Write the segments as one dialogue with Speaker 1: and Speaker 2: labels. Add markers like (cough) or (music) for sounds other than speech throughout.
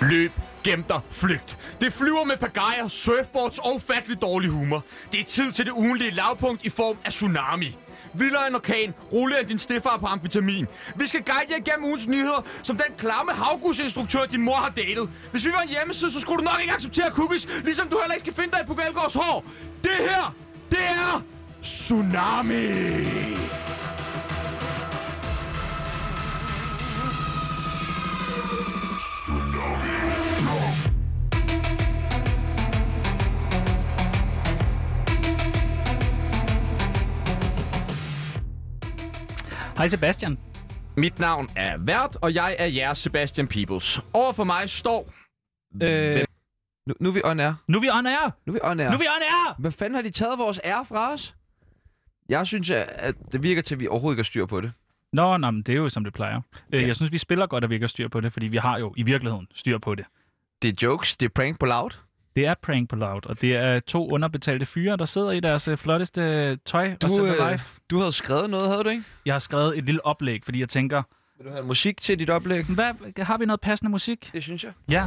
Speaker 1: Løb, gem dig, flygt. Det flyver med pagajer, surfboards og ufattelig dårlig humor. Det er tid til det ugenlige lavpunkt i form af tsunami. Vildere en orkan, roligere end din stefar på amfetamin. Vi skal guide jer igennem ugens nyheder, som den klamme havgusinstruktør, din mor har datet. Hvis vi var en hjemmeside, så skulle du nok ikke acceptere cookies, ligesom du heller ikke skal finde dig i Pugalgaards hår. Det her, det er Tsunami!
Speaker 2: Hej Sebastian.
Speaker 1: Mit navn er Vært, og jeg er jeres Sebastian Peebles. Over for mig står...
Speaker 2: Øh,
Speaker 3: Nu, nu er vi on air.
Speaker 2: nu er vi on air.
Speaker 3: Nu er vi on air.
Speaker 2: Nu er vi on air.
Speaker 3: Hvad fanden har de taget vores ære fra os? Jeg synes, at at det virker til, at vi overhovedet ikke har styr på det.
Speaker 2: Nå, nå, men det er jo som det plejer. Øh,
Speaker 3: Ja.
Speaker 2: Jeg synes, vi spiller godt, at vi ikke har styr på det, fordi vi har jo i virkeligheden styr på det.
Speaker 3: Det er jokes, det er prank på loud.
Speaker 2: Det er prank på loud, og det er to underbetalte fyre, der sidder i deres øh, flotteste øh, tøj
Speaker 3: Du,
Speaker 2: og sender
Speaker 3: øh,
Speaker 2: live.
Speaker 3: Du havde skrevet noget, havde du ikke?
Speaker 2: Jeg har skrevet et lille oplæg, fordi jeg tænker,
Speaker 3: Vil du have musik til dit oplæg?
Speaker 2: hvad, har vi noget passende musik?
Speaker 3: Det synes jeg.
Speaker 2: Ja.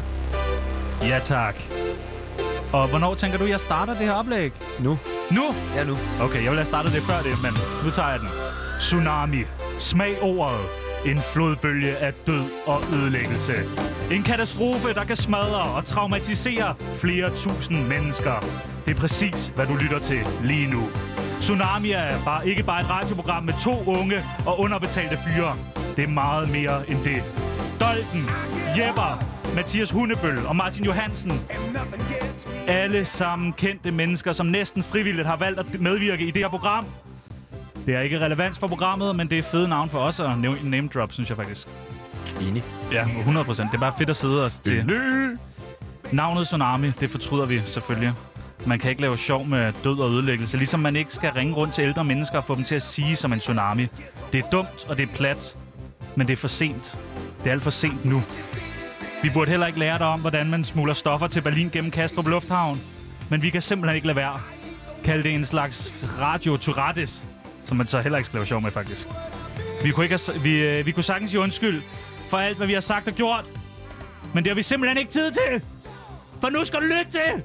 Speaker 2: Ja, tak. Og hvornår tænker du, jeg starter det her oplæg?
Speaker 3: Nu.
Speaker 2: Nu?
Speaker 3: Ja, nu.
Speaker 2: Okay, jeg ville have startet det før det, men nu tager jeg den. Tsunami. Smag ordet. En flodbølge af død og ødelæggelse. En katastrofe, der kan smadre og traumatisere flere tusind mennesker. Det er præcis, hvad du lytter til lige nu. Tsunami er bare, ikke bare et radioprogram med to unge og underbetalte fyre. Det er meget mere end det. Dolken, Jepper, Mathias Hundebøl og Martin Johansen alle sammen kendte mennesker, som næsten frivilligt har valgt at medvirke i det her program. Det er ikke relevans for programmet, men det er fede navn for os at nævne name drop, synes jeg faktisk.
Speaker 3: Enig.
Speaker 2: Ja, 100 procent. Det er bare fedt at sidde os til. Navnet Tsunami, det fortryder vi selvfølgelig. Man kan ikke lave sjov med død og ødelæggelse, ligesom man ikke skal ringe rundt til ældre mennesker og få dem til at sige som en tsunami. Det er dumt, og det er plat, men det er for sent. Det er alt for sent nu. Vi burde heller ikke lære dig om, hvordan man smuler stoffer til Berlin gennem Kastrup Lufthavn. Men vi kan simpelthen ikke lade være. Kald det en slags radio Tourettes, som man så heller ikke skal lave sjov med, faktisk. Vi kunne, ikke have, s- vi, øh, vi kunne sagtens sige undskyld for alt, hvad vi har sagt og gjort. Men det har vi simpelthen ikke tid til. For nu skal du lytte til.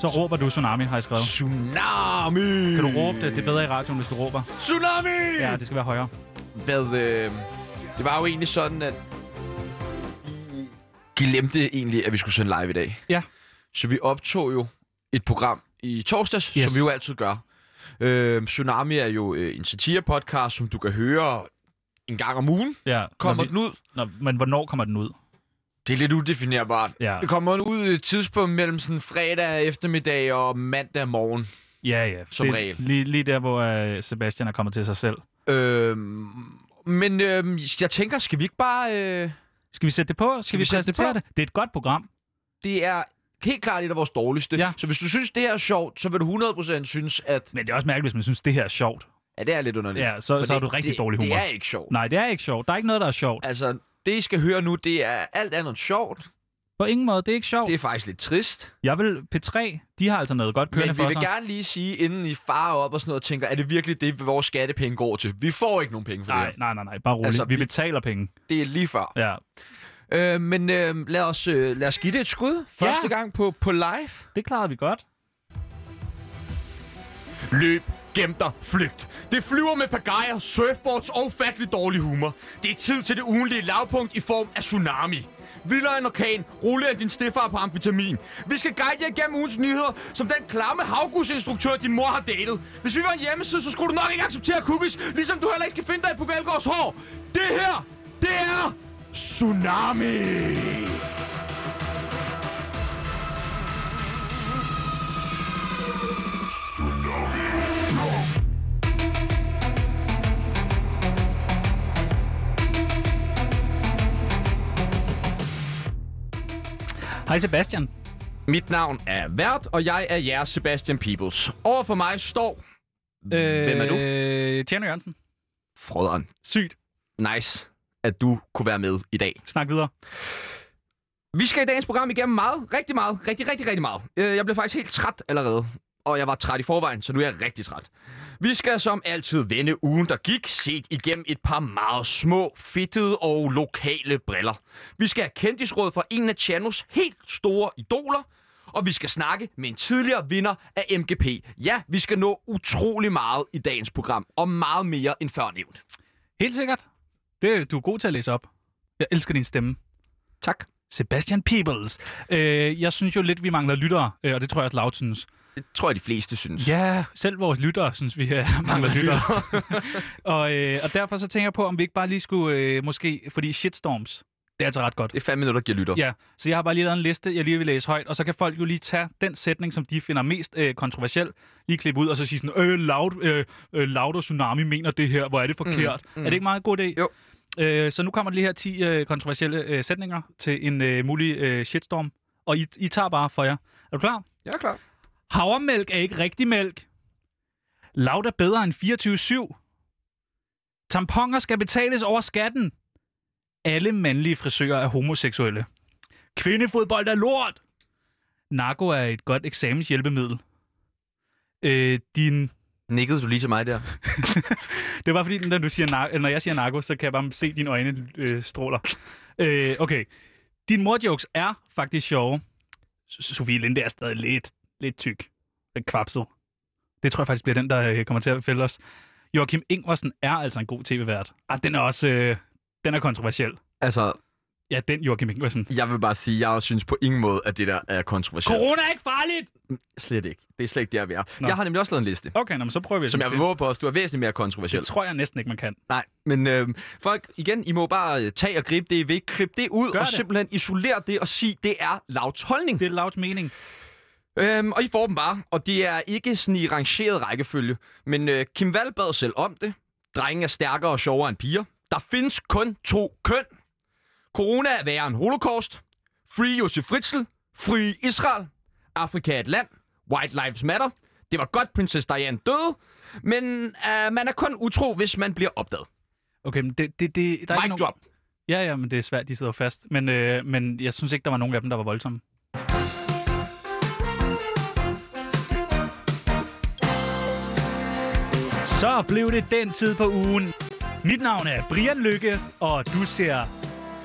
Speaker 2: Så råber du tsunami, har jeg skrevet.
Speaker 3: Tsunami!
Speaker 2: Kan du råbe det? Det er bedre i radioen, hvis du råber.
Speaker 3: Tsunami!
Speaker 2: Ja, det skal være højere.
Speaker 3: Hvad, øh, det var jo egentlig sådan, at vi glemte egentlig, at vi skulle sende live i dag.
Speaker 2: Ja.
Speaker 3: Så vi optog jo et program i torsdags,
Speaker 2: Yes.
Speaker 3: yes. som vi jo altid gør. Øh, Tsunami er jo øh, en satirepodcast, som du kan høre en gang om ugen.
Speaker 2: Ja,
Speaker 3: Kommer
Speaker 2: når vi,
Speaker 3: den ud?
Speaker 2: når, men hvornår kommer den ud?
Speaker 3: Det er lidt udefinerbart.
Speaker 2: Ja.
Speaker 3: Det kommer ud i et tidspunkt mellem sådan fredag eftermiddag og mandag morgen.
Speaker 2: Ja, ja.
Speaker 3: Som
Speaker 2: det, er
Speaker 3: regel.
Speaker 2: Lige, lige der, hvor øh, Sebastian er kommet til sig selv.
Speaker 3: Øhm, men øhm, jeg tænker, skal vi ikke bare... Øh,
Speaker 2: Skal vi sætte det på? Skal, Skal vi,
Speaker 3: vi
Speaker 2: vi
Speaker 3: sætte det
Speaker 2: præsentere
Speaker 3: på?
Speaker 2: det, det? Det er et godt program.
Speaker 3: det er helt klart et af vores dårligste.
Speaker 2: Ja.
Speaker 3: Så hvis du synes, det her er sjovt, så vil du 100% synes, at,
Speaker 2: Men det er også mærkeligt, hvis man synes, det her er sjovt.
Speaker 3: at det er lidt underligt.
Speaker 2: Ja, så,
Speaker 3: For
Speaker 2: så har
Speaker 3: det-
Speaker 2: du rigtig
Speaker 3: det,
Speaker 2: dårlig humor.
Speaker 3: Det er ikke sjovt.
Speaker 2: Nej, det er ikke sjovt. Der er ikke noget, der er sjovt.
Speaker 3: Altså, det I skal høre nu, det er alt andet end sjovt.
Speaker 2: På ingen måde, det er ikke sjovt.
Speaker 3: Det er faktisk lidt trist.
Speaker 2: Jeg vil... P3, de har altså noget godt kørende
Speaker 3: Men vi
Speaker 2: for
Speaker 3: vil
Speaker 2: sig.
Speaker 3: gerne lige sige, inden I farer op og sådan noget, og tænker, er det virkelig det, vores skattepenge går til? Vi får ikke nogen penge for det
Speaker 2: Nej,
Speaker 3: her.
Speaker 2: nej, nej, nej. Bare roligt. Altså,
Speaker 3: Altså,
Speaker 2: vi
Speaker 3: vi-
Speaker 2: betaler penge.
Speaker 3: Det er lige før.
Speaker 2: Ja,
Speaker 3: Øh, men øh, lad, os, øh, lad os give det et skud. Første
Speaker 2: Ja.
Speaker 3: ja. gang på, på live.
Speaker 2: det klarede vi godt.
Speaker 1: Løb, gem dig, flygt. Det flyver med pagajer, surfboards og ufattelig dårlig humor. Det er tid til det ugenlige lavpunkt i form af tsunami. Vildere en orkan, roligere end din stefar på amfetamin. Vi skal guide jer igennem ugens nyheder, som den klamme havgusinstruktør, din mor har datet. Hvis vi var en hjemmeside, så skulle du nok ikke acceptere cookies, ligesom du heller ikke skal finde dig i Pugalgaards hår. Det her, det er Tsunami!
Speaker 2: Hej Sebastian.
Speaker 1: Mit navn er Vært, og jeg er jeres Sebastian Peebles. Over for mig står...
Speaker 2: Øh,
Speaker 1: Hvem er du?
Speaker 2: Tjerno Jørgensen.
Speaker 1: Frøderen.
Speaker 2: Sygt.
Speaker 1: Nice, at du kunne være med i dag.
Speaker 2: Snak videre.
Speaker 1: Vi skal i dagens program igennem meget, rigtig meget, rigtig, rigtig, rigtig meget. Øh, Jeg blev faktisk helt træt allerede. og jeg var træt i forvejen, så nu er jeg rigtig træt. Vi skal som altid vende ugen, der gik, set igennem et par meget små, fedtede og lokale briller. Vi skal have kendisråd fra en af Chanos helt store idoler, og vi skal snakke med en tidligere vinder af MGP. Ja, vi skal nå utrolig meget i dagens program, og meget mere end før nævnt.
Speaker 2: Helt sikkert. Det, du er god til at læse op. Jeg elsker din stemme.
Speaker 1: Tak.
Speaker 2: Sebastian Peebles. Øh, jeg synes jo lidt, vi mangler lyttere, øh, og det tror jeg også Laut synes.
Speaker 1: Det tror jeg, de fleste synes.
Speaker 2: Ja, selv vores lyttere synes, vi øh, mangler lyttere. (laughs) og, øh, og derfor så tænker jeg på, om vi ikke bare lige skulle, øh, måske, fordi shitstorms, det er altså ret godt.
Speaker 1: Det er fem minutter, der giver lytter.
Speaker 2: Ja, så jeg har bare lige lavet en liste, jeg lige vil læse højt, og så kan folk jo lige tage den sætning, som de finder mest øh, kontroversiel, lige klippe ud og så sige sådan, øh, loud, øh, øh, loud og Tsunami mener det her, hvor er det forkert. Mm, mm. Er det ikke meget god idé?
Speaker 1: Jo.
Speaker 2: Øh, så nu kommer der lige her 10 øh, kontroversielle øh, sætninger til en øh, mulig øh, shitstorm, og I, I tager bare for jer. Er du klar?
Speaker 1: Jeg er klar.
Speaker 2: Havremælk er ikke rigtig mælk. Loud er bedre end 24-7. Tamponer skal betales over skatten. Alle mandlige frisører er homoseksuelle. Kvindefodbold er lort. Narko er et godt eksamenshjælpemiddel. Øh, din...
Speaker 1: Nikkede du lige til mig der?
Speaker 2: Det er bare fordi, når, du siger nar- når jeg siger narko, så kan jeg bare se dine øjne øh, stråler. Øh, okay. Din morjokes er faktisk sjove. S- Sofie Linde er stadig lidt, lidt tyk. Lidt kvapset. Det tror jeg faktisk bliver den, der øh, kommer til at fælde os. Joachim Ingvarsen er altså en god tv-vært. Ah, den er også... Øh, den er kontroversiel.
Speaker 1: Altså,
Speaker 2: Ja, den Joachim Ingvarsen.
Speaker 1: jeg vil bare sige, jeg synes på ingen måde, at det der er kontroversielt.
Speaker 2: Corona er ikke farligt!
Speaker 1: Slet ikke. Det er slet ikke der, vi er.
Speaker 2: Nå.
Speaker 1: Jeg har nemlig også lavet en liste,
Speaker 2: Okay, nå, men så prøver vi.
Speaker 1: som jeg
Speaker 2: det,
Speaker 1: vil våge på os. Du er væsentligt mere kontroversiel.
Speaker 2: det tror jeg næsten ikke, man kan.
Speaker 1: Nej, men øh, folk, igen, I må bare øh, tage og gribe det ved, gribe det ud
Speaker 2: Gør
Speaker 1: og
Speaker 2: det.
Speaker 1: simpelthen isolere det og sige, det er lavts holdning.
Speaker 2: Det er Lauts mening.
Speaker 1: Øhm, og I får dem bare, og det er ikke sådan i rangeret rækkefølge. Men øh, Kim Wall bad selv om det. Drengen er stærkere og sjovere end piger. Der findes kun to køn. Corona er værre end holocaust. Free Josef Fritzl. Free Israel. Afrika er et land. White Lives Matter. Det var godt, prinsesse Diane døde. Men øh, man er kun utro, hvis man bliver opdaget.
Speaker 2: Okay, men det, det, det, der er
Speaker 1: Mic
Speaker 2: ikke nogen...
Speaker 1: drop.
Speaker 2: Ja, ja, men det er svært, de sidder jo fast. Men, øh, men jeg synes ikke, der var nogen af dem, der var voldsomme. Så blev det den tid på ugen. Mit navn er Brian Lykke, og du ser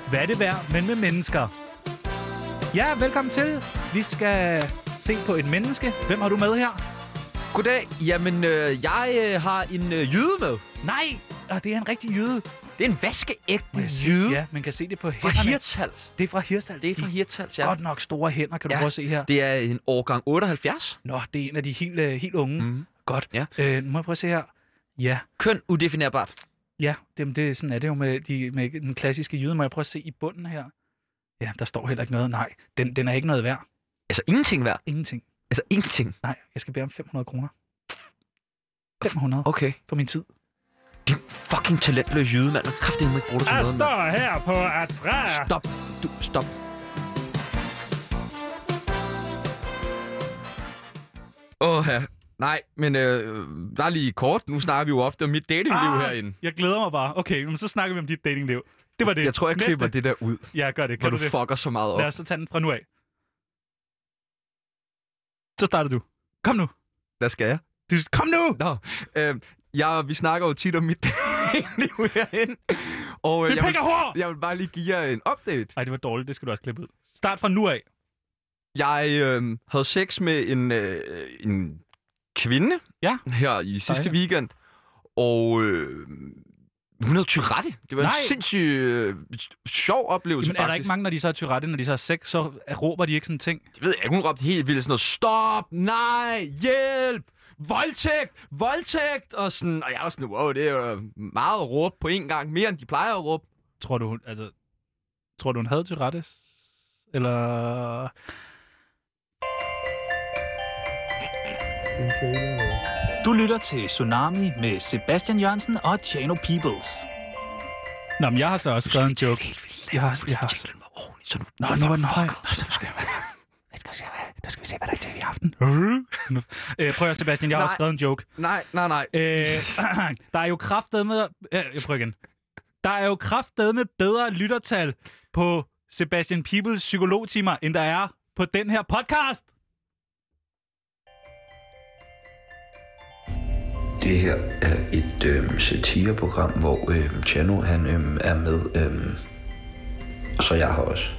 Speaker 2: Hvad er det værd, men med mennesker. Ja, velkommen til. Vi skal se på et menneske. Hvem har du med her?
Speaker 1: Goddag. Jamen, øh, jeg øh, har en øh, jyde med.
Speaker 2: Nej, og det er en rigtig jøde.
Speaker 1: Det er en vaskeægte jyde.
Speaker 2: Ja, man kan se det på
Speaker 1: Fra
Speaker 2: hænderne.
Speaker 1: Hirtshals.
Speaker 2: Det er fra Hirtshals.
Speaker 1: Det er fra
Speaker 2: De
Speaker 1: Hirtshals, ja.
Speaker 2: Godt nok store hænder, kan du
Speaker 1: Ja.
Speaker 2: ja. prøve at se her.
Speaker 1: Det er en årgang 78.
Speaker 2: Nå, det er en af de helt, øh, helt unge. Mm. Godt.
Speaker 1: Ja.
Speaker 2: Øh, nu må jeg prøve at se her. Ja,
Speaker 1: Køn udefinerbart.
Speaker 2: ja det, det, er- sådan er det jo med, de, med den klassiske jøde. Må jeg prøve at se i bunden her? Ja, der står heller ikke noget. Nej, den, den er ikke noget værd.
Speaker 1: Altså ingenting værd.
Speaker 2: Ingenting.
Speaker 1: Altså ingenting.
Speaker 2: Nej, jeg skal bede om 500 kroner. 500
Speaker 1: Okay.
Speaker 2: for min tid.
Speaker 1: Din fucking talentløs jyde, mand. Kræftig, ikke bruge dig til
Speaker 2: Ah,
Speaker 1: noget, mand.
Speaker 2: her på et træ.
Speaker 1: Stop. Du, stop. Åh, ja. Nej, men øh, bare lige kort. Nu snakker vi jo ofte om mit datingliv
Speaker 2: Ah,
Speaker 1: herinde.
Speaker 2: Jeg glæder mig bare. Okay, men så snakker vi om dit datingliv. Det var det.
Speaker 1: Jeg tror, jeg
Speaker 2: Næste.
Speaker 1: klipper det der ud,
Speaker 2: Ja, gør det.
Speaker 1: hvor
Speaker 2: Kan
Speaker 1: du
Speaker 2: du det?
Speaker 1: fucker så meget op.
Speaker 2: Lad os så tage den fra nu af. Så starter du. Kom nu.
Speaker 1: Hvad skal jeg?
Speaker 2: Du, kom nu!
Speaker 1: Nå, øh, jeg, vi snakker jo tit om mit (laughs) datingliv herinde. Og øh, jeg, vil,
Speaker 2: hår!
Speaker 1: jeg vil bare lige give jer en update.
Speaker 2: Nej, det var dårligt. Det skal du også klippe ud. Start fra nu af.
Speaker 1: Jeg øh, havde sex med en, øh, en kvinde
Speaker 2: Ja.
Speaker 1: her i sidste
Speaker 2: Dejligt.
Speaker 1: weekend, og øh, hun havde Tourette. Det var
Speaker 2: Nej.
Speaker 1: en sindssygt øh, sjov oplevelse,
Speaker 2: Men er der
Speaker 1: faktisk.
Speaker 2: ikke mange, når de så er Tourette, når de så er sex, så råber de ikke sådan ting?
Speaker 1: Jeg ved ikke, hun råbte helt vildt sådan noget, stop, nej, hjælp, voldtægt, voldtægt, og sådan, og jeg var sådan, wow, det er jo meget at råbe på én gang, mere end de plejer at råbe.
Speaker 2: Tror du, hun- altså, tror du hun havde Tourette? Eller...
Speaker 4: Du lytter til Tsunami med Sebastian Jørgensen og Chano Peoples.
Speaker 2: Nå, men jeg har så også skrevet en joke. Jeg har, jeg har...
Speaker 1: Så nu,
Speaker 2: Nå, nu var den høj. Der skal vi se, hvad der er til i aften. Øh, prøv at Sebastian, jeg har også
Speaker 1: Nej.
Speaker 2: skrevet en joke.
Speaker 1: Nej, nej, nej.
Speaker 2: Øh, (clears throat) der er jo kraftedeme... Øh, jeg prøver igen. Der er jo kraftedeme bedre lyttertal på Sebastian Peebles psykologtimer, end der er på den her podcast.
Speaker 5: Det her er et øh, satireprogram, hvor øh, Chano han øh, er med, øh, og så jeg har også.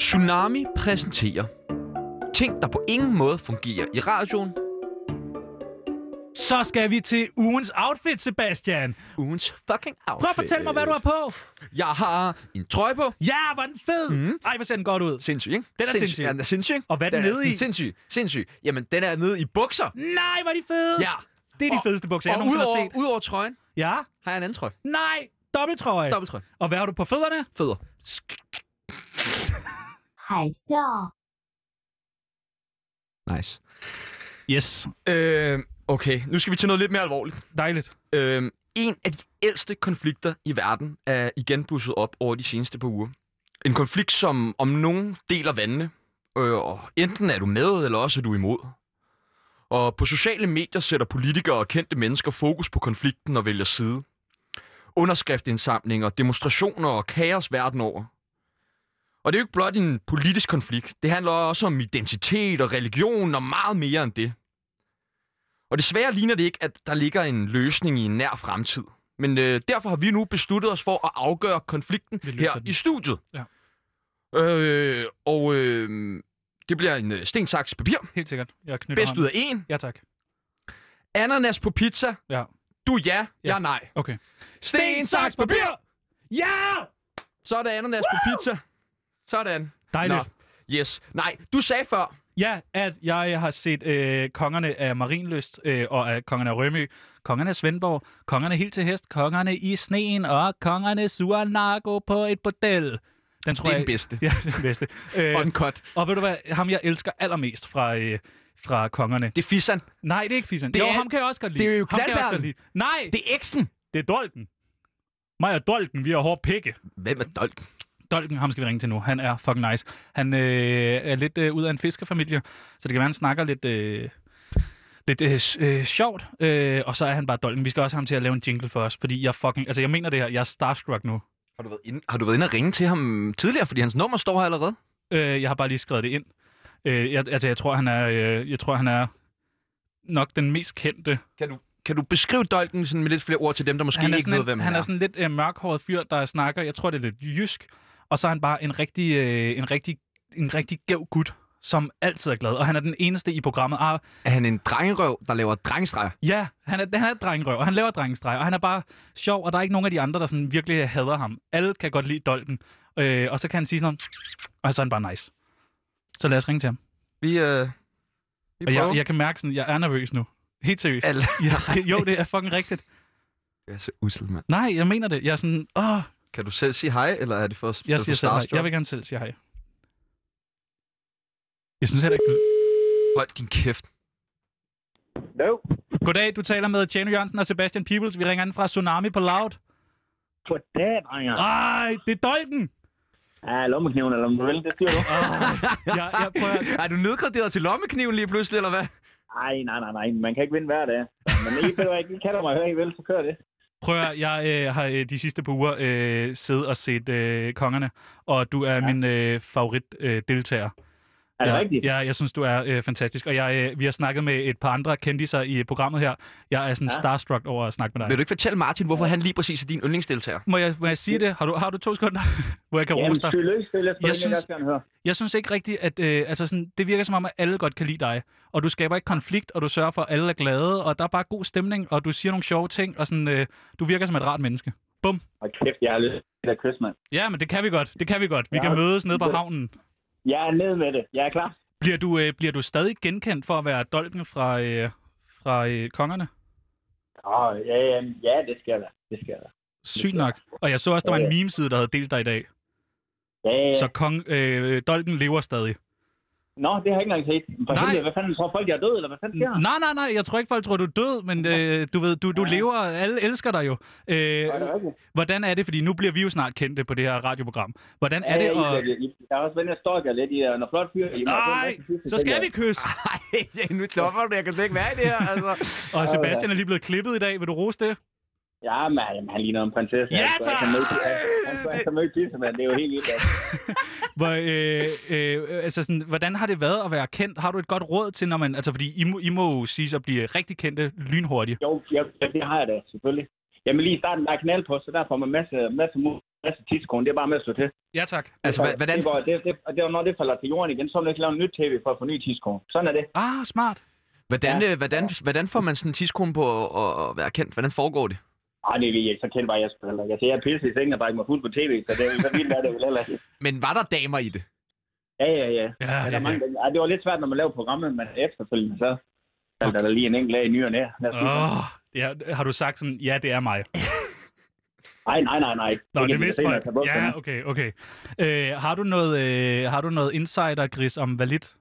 Speaker 3: Tsunami præsenterer ting, der på ingen måde fungerer i radioen.
Speaker 2: Så skal vi til ugens outfit, Sebastian.
Speaker 3: Ugens fucking outfit.
Speaker 2: Prøv at fortælle mig, hvad du har på.
Speaker 3: Jeg har en trøje på.
Speaker 2: Ja, var den fed. Mm. Ej, hvor ser den godt ud.
Speaker 3: Sindssyg, ikke?
Speaker 2: Den er sindssyg.
Speaker 3: Ja, den er sindssyg. ikke?
Speaker 2: Og hvad er den
Speaker 3: den
Speaker 2: nede
Speaker 3: sådan
Speaker 2: i?
Speaker 3: Sindssyg, sindssyg. Jamen, den er nede i bukser.
Speaker 2: Nej, var de fede.
Speaker 3: Ja.
Speaker 2: Det er de
Speaker 3: Og-
Speaker 2: fedeste bukser, jeg
Speaker 3: og
Speaker 2: nogensinde har
Speaker 3: udover,
Speaker 2: set.
Speaker 3: udover trøjen
Speaker 2: Ja.
Speaker 3: har jeg en anden trøje.
Speaker 2: Nej, dobbelttrøje.
Speaker 3: Dobbelttrøje.
Speaker 2: Og hvad har du på fødderne?
Speaker 3: Fødder.
Speaker 6: 海啸、
Speaker 3: Nice.
Speaker 2: Yes.
Speaker 3: Øh, okay, nu skal vi til noget lidt mere alvorligt.
Speaker 2: Dejligt.
Speaker 3: Øh, en af de ældste konflikter i verden er igen blusset op over de seneste par uger. En konflikt, som om nogen deler vandene. Øh, og enten er du med, eller også er du imod. Og på sociale medier sætter politikere og kendte mennesker fokus på konflikten og vælger side. Underskriftindsamlinger, demonstrationer og kaos verden over. Og det er jo ikke blot en politisk konflikt. Det handler også om identitet og religion og meget mere end det. Og desværre ligner det ikke, at der ligger en løsning i en nær fremtid. Men øh, derfor har vi nu besluttet os for at afgøre konflikten
Speaker 2: Vi løser
Speaker 3: her
Speaker 2: den.
Speaker 3: i studiet.
Speaker 2: Ja.
Speaker 3: Øh, og øh, det bliver en øh, sten, saks, papir.
Speaker 2: Helt sikkert. Jeg knytter
Speaker 3: Bedst
Speaker 2: hånden.
Speaker 3: ud af en.
Speaker 2: Ja, tak.
Speaker 3: Ananas på pizza.
Speaker 2: Ja.
Speaker 3: Du ja, ja.
Speaker 2: Ja.
Speaker 3: jeg nej.
Speaker 2: Okay.
Speaker 3: Sten, saks, papir!
Speaker 2: Ja!
Speaker 3: Så er der ananas på pizza. Sådan.
Speaker 2: Dejligt. Nå.
Speaker 3: Nå. Yes. Nej, du sagde før.
Speaker 2: Ja, at jeg har set øh, kongerne af Marienlyst øh, og af kongerne af Rømø, kongerne af Svendborg, kongerne helt til hest, kongerne i sneen og kongerne sur narko på et bordel. Den tror
Speaker 3: Det er
Speaker 2: jeg...
Speaker 3: den bedste.
Speaker 2: (laughs) Ja, den bedste. Øh,
Speaker 3: Uncut.
Speaker 2: og ved du hvad, ham jeg elsker allermest fra, øh, fra kongerne.
Speaker 3: Det er fisseren.
Speaker 2: Nej, det er ikke Fisan.
Speaker 3: Det
Speaker 2: jo,
Speaker 3: er-
Speaker 2: ham kan jeg også godt lide.
Speaker 3: det er jo
Speaker 2: Ham kan jeg også
Speaker 3: Knaldperlen.
Speaker 2: godt lide. Nej, det,
Speaker 3: Det er eksen.
Speaker 2: det er Dolken. Mig og Dolken, vi har hårde pikke.
Speaker 3: Hvem er dolken?
Speaker 2: Dolken, ham skal vi ringe til nu. Han er fucking nice. Han øh, er lidt øh, ud af en fiskefamilie, så det kan være, han snakker lidt, øh, lidt øh, s- øh, sjovt. Øh, og så er han bare Dolken. Vi skal også have ham til at lave en jingle for os, fordi jeg fucking... Altså, jeg mener det her. Jeg er starstruck nu.
Speaker 3: Har du været inde, har du været inde og ringe til ham tidligere? Fordi hans nummer står her allerede.
Speaker 2: Øh, jeg har bare lige skrevet det ind. Øh, jeg, altså, jeg tror, han er... Øh, jeg tror, han er nok den mest kendte.
Speaker 3: Kan du beskrive dolken sådan med lidt flere ord til dem, der måske
Speaker 2: han er
Speaker 3: ikke
Speaker 2: sådan
Speaker 3: ved,
Speaker 2: en,
Speaker 3: hvem
Speaker 2: han
Speaker 3: han
Speaker 2: er sådan lidt øh, mørkhåret fyr, der snakker. Jeg tror, det er lidt jysk. Og så er han bare en rigtig, øh, en rigtig, en rigtig gæv gut, som altid er glad. Og han er den eneste i programmet. Ah,
Speaker 3: Er han en drengerøv, der laver drengestreger?
Speaker 2: Ja, han er, han er et drengerøv, og han laver drengestreg, og han er bare sjov, og der er ikke nogen af de andre, der sådan virkelig hader ham. Alle kan godt lide Dolken, øh, og så kan han sige sådan noget, og så er han bare nice. Så lad os ringe til ham.
Speaker 3: Vi, øh, vi
Speaker 2: Og
Speaker 3: prøver.
Speaker 2: jeg, jeg kan mærke sådan, jeg er nervøs nu. Helt seriøst.
Speaker 3: Alle.
Speaker 2: Ja, jo, det er fucking rigtigt.
Speaker 3: Jeg er så ussel, mand.
Speaker 2: Nej, jeg mener det. Jeg er sådan, åh,
Speaker 3: Kan du selv sige hej, eller er det for, er
Speaker 2: jeg
Speaker 3: du
Speaker 2: siger
Speaker 3: for
Speaker 2: selv hej.
Speaker 3: starstruck?
Speaker 2: Jeg vil gerne selv sige hej. Jeg synes heller ikke, det...
Speaker 3: Hold din kæft.
Speaker 7: Jo,
Speaker 2: Goddag, du taler med Tjano Jørgensen og Sebastian Peebles. Vi ringer ind fra Tsunami på Loud.
Speaker 7: goddag, drenger.
Speaker 2: Ej, det er Dolken!
Speaker 7: Ja, lommekniven eller om du vil, det siger du.
Speaker 2: Jeg, jeg prøver...
Speaker 3: Er du nedgraderet til lommekniven lige pludselig, eller hvad?
Speaker 7: Ej, nej, nej, nej, man kan ikke vinde hver dag. Men I ved du ikke, I kalder mig, hør I vil, så kører det.
Speaker 2: Prøv at, høre, jeg øh, har øh, de sidste par uger øh, siddet og set øh, Kongerne, og du er ja. min øh, favorit øh, deltager.
Speaker 7: Er det
Speaker 2: ja,
Speaker 7: rigtigt?
Speaker 2: Ja, jeg synes, du er øh, fantastisk, og jeg, øh, vi har snakket med et par andre kendiser i øh, programmet her. Jeg er sådan ja. starstruck over at snakke med
Speaker 3: Vil
Speaker 2: dig.
Speaker 3: du ikke fortælle Martin, hvorfor han lige præcis er din yndlingsdeltager?
Speaker 2: Må jeg, må jeg sige det? Har du, har du to sekunder, (laughs) hvor jeg kan
Speaker 7: Jamen,
Speaker 2: rose dig?
Speaker 7: fyr løs, fyr løs,
Speaker 2: Jeg
Speaker 7: jeg synes...
Speaker 2: synes-
Speaker 7: Jeg gerne høre.
Speaker 2: Jeg synes ikke rigtigt, at øh, altså sådan, det virker som om, at alle godt kan lide dig. Og du skaber ikke konflikt, og du sørger for, at alle er glade, og der er bare god stemning, og du siger nogle sjove ting, og sådan, øh, du virker som et rart menneske.
Speaker 7: Og kæft, jeg har lyst til at kysse, mand.
Speaker 2: Ja, men det kan vi godt. Det kan vi godt. Vi
Speaker 7: Ja.
Speaker 2: kan mødes nede på havnen.
Speaker 7: Jeg er nede med det, jeg er klar.
Speaker 2: Bliver du, øh, bliver du stadig genkendt for at være dolken fra, øh, fra øh, kongerne?
Speaker 7: Åh, ja, ja, ja, det skal jeg da. Det skal jeg da.
Speaker 2: Sygt nok. Og jeg så også, der var en meme-side, der havde delt dig i dag.
Speaker 7: Ja, ja, ja.
Speaker 2: Så kong, øh, dolken lever stadig.
Speaker 7: Nå, det har jeg ikke engang set. For
Speaker 2: Nej.
Speaker 7: helvede, hvad fanden tror folk, jeg er død, eller hvad fanden sker? der?
Speaker 2: Nej, nej, nej. Jeg tror ikke, folk tror, du er død, men øh, du ved, du, du lever, og alle elsker dig jo. Øh,
Speaker 7: Er det rigtigt?
Speaker 2: hvordan er det? Fordi nu bliver vi jo snart kendte på det her radioprogram. Hvordan
Speaker 7: Ja,
Speaker 2: er det
Speaker 7: I
Speaker 2: at...
Speaker 7: bliver- I- Jeg har også vendt og stalker jer lidt, I er noget flot fyr. I må få en
Speaker 2: Nej,
Speaker 7: masse kysse,
Speaker 2: så
Speaker 7: tænker
Speaker 2: skal vi
Speaker 7: jeg.
Speaker 2: kysse.
Speaker 3: Nej, nu klopper du. Jeg kan slet ikke være i det her, altså.
Speaker 2: Og Sebastian er lige blevet klippet i dag. Vil du rose det?
Speaker 7: Ja, men han, han ligner en prinsesse.
Speaker 2: Ja,
Speaker 7: han skulle ikke
Speaker 2: tak!
Speaker 7: have mødt Han skulle ikke have mødt tissemand. Det er jo helt vildt. altså.
Speaker 2: Hvor, øh, øh, altså sådan, hvordan har det været at være kendt? Har du et godt råd til, når man... Altså, fordi I må, I må jo sige at blive rigtig kendte lynhurtigt.
Speaker 7: Jo, ja, ja, det har jeg da, selvfølgelig. Jamen lige i starten, der er knald på, så der får man masse, masse, mu- masse tiskorn. Det er bare med at slå til.
Speaker 2: Ja, tak.
Speaker 3: Altså, hva- hvordan...
Speaker 7: Det, går, det, det, og det, er jo, når det falder til jorden igen, så er man nødt til at lave nyt tv for at få ny tiskorn. Sådan er det.
Speaker 2: Ah, smart.
Speaker 3: Hvordan,
Speaker 7: Ja.
Speaker 3: øh, hvordan, hvordan får man sådan en tidskone på at, at være kendt? Hvordan foregår det?
Speaker 7: Ej, det ved jeg ikke. Så kendt bare jeg sgu heller ikke. Altså, jeg er pisset i sengen og brækker mig fuld på tv, så det så vildt er det vel heller ikke.
Speaker 3: Men var der damer i det?
Speaker 7: Ja, ja, ja.
Speaker 2: Ja,
Speaker 7: ja, der er
Speaker 2: ja.
Speaker 7: mange, der, ej, det var lidt svært, når man lavede programmet, men efterfølgende så faldt der da lige en enkelt af i nyerne. Lad os sige sådan.
Speaker 2: Åh, ja, har du sagt sådan, ja, det er mig?
Speaker 7: Nej, nej, nej, nej.
Speaker 2: Nå, det,
Speaker 7: kan de
Speaker 2: vidste
Speaker 7: se, når
Speaker 2: folk.
Speaker 7: jeg tager bukserne.
Speaker 2: Ja, okay, okay. Øh, har, du noget, øh, har du noget insider, Gris, om Valit?
Speaker 7: Åh,